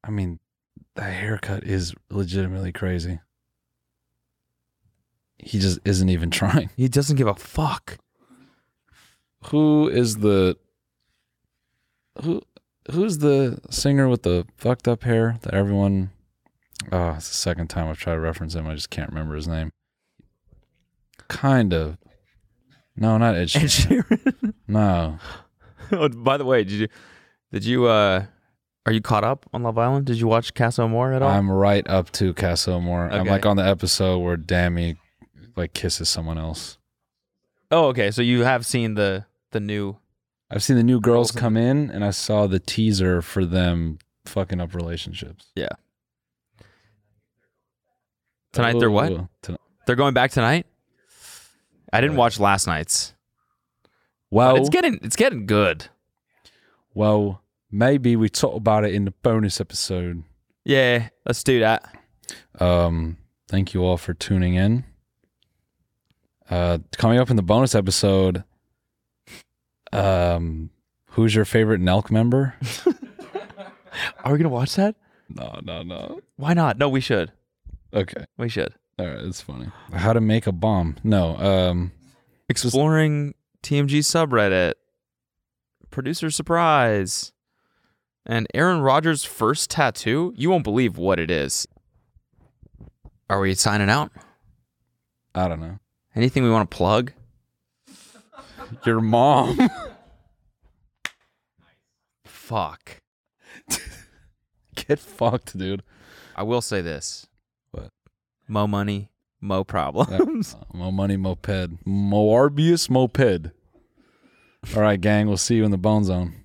S2: I mean, that haircut is legitimately crazy. He just isn't even trying.
S6: He doesn't give a fuck.
S2: Who is the who who's the singer with the fucked up hair that everyone oh, it's the second time I've tried to reference him, I just can't remember his name. Kind of. No, not Ed Sheeran. no.
S6: oh, by the way, did you did you uh are you caught up on Love Island? Did you watch Casso Moore at all?
S2: I'm right up to Castle Moore. I'm
S6: Okay.
S2: like on the episode where Dammy like kisses someone else.
S6: oh, okay. So you have seen the the new
S2: I've seen the new girls come in and I saw the teaser for them fucking up relationships.
S6: Yeah. Tonight they're what?
S2: Ooh, tonight-
S6: They're going back tonight? I didn't watch last night's.
S2: Well,
S6: it's getting it's getting good.
S2: Well, maybe we talk about it in the bonus episode.
S6: Yeah, let's do that.
S2: Um, thank you all for tuning in. Uh, coming up in the bonus episode, um, who's your favorite Nelk member?
S6: Are we gonna watch that?
S2: No, no, no.
S6: Why not? No, we should.
S2: Okay,
S6: we should.
S2: All right, it's funny. How to make a bomb? No. Um,
S6: exploring TMG subreddit, producer surprise, and Aaron Rodgers' first tattoo. You won't believe what it is. Are we signing out?
S2: I don't know.
S6: Anything we want to plug?
S2: Your mom.
S6: Fuck.
S2: Get fucked, dude.
S6: I will say this.
S2: What?
S6: Mo money, mo problems.
S2: Uh, Mo money moped, Moarbius moped. All right, gang. We'll see you in the bone zone.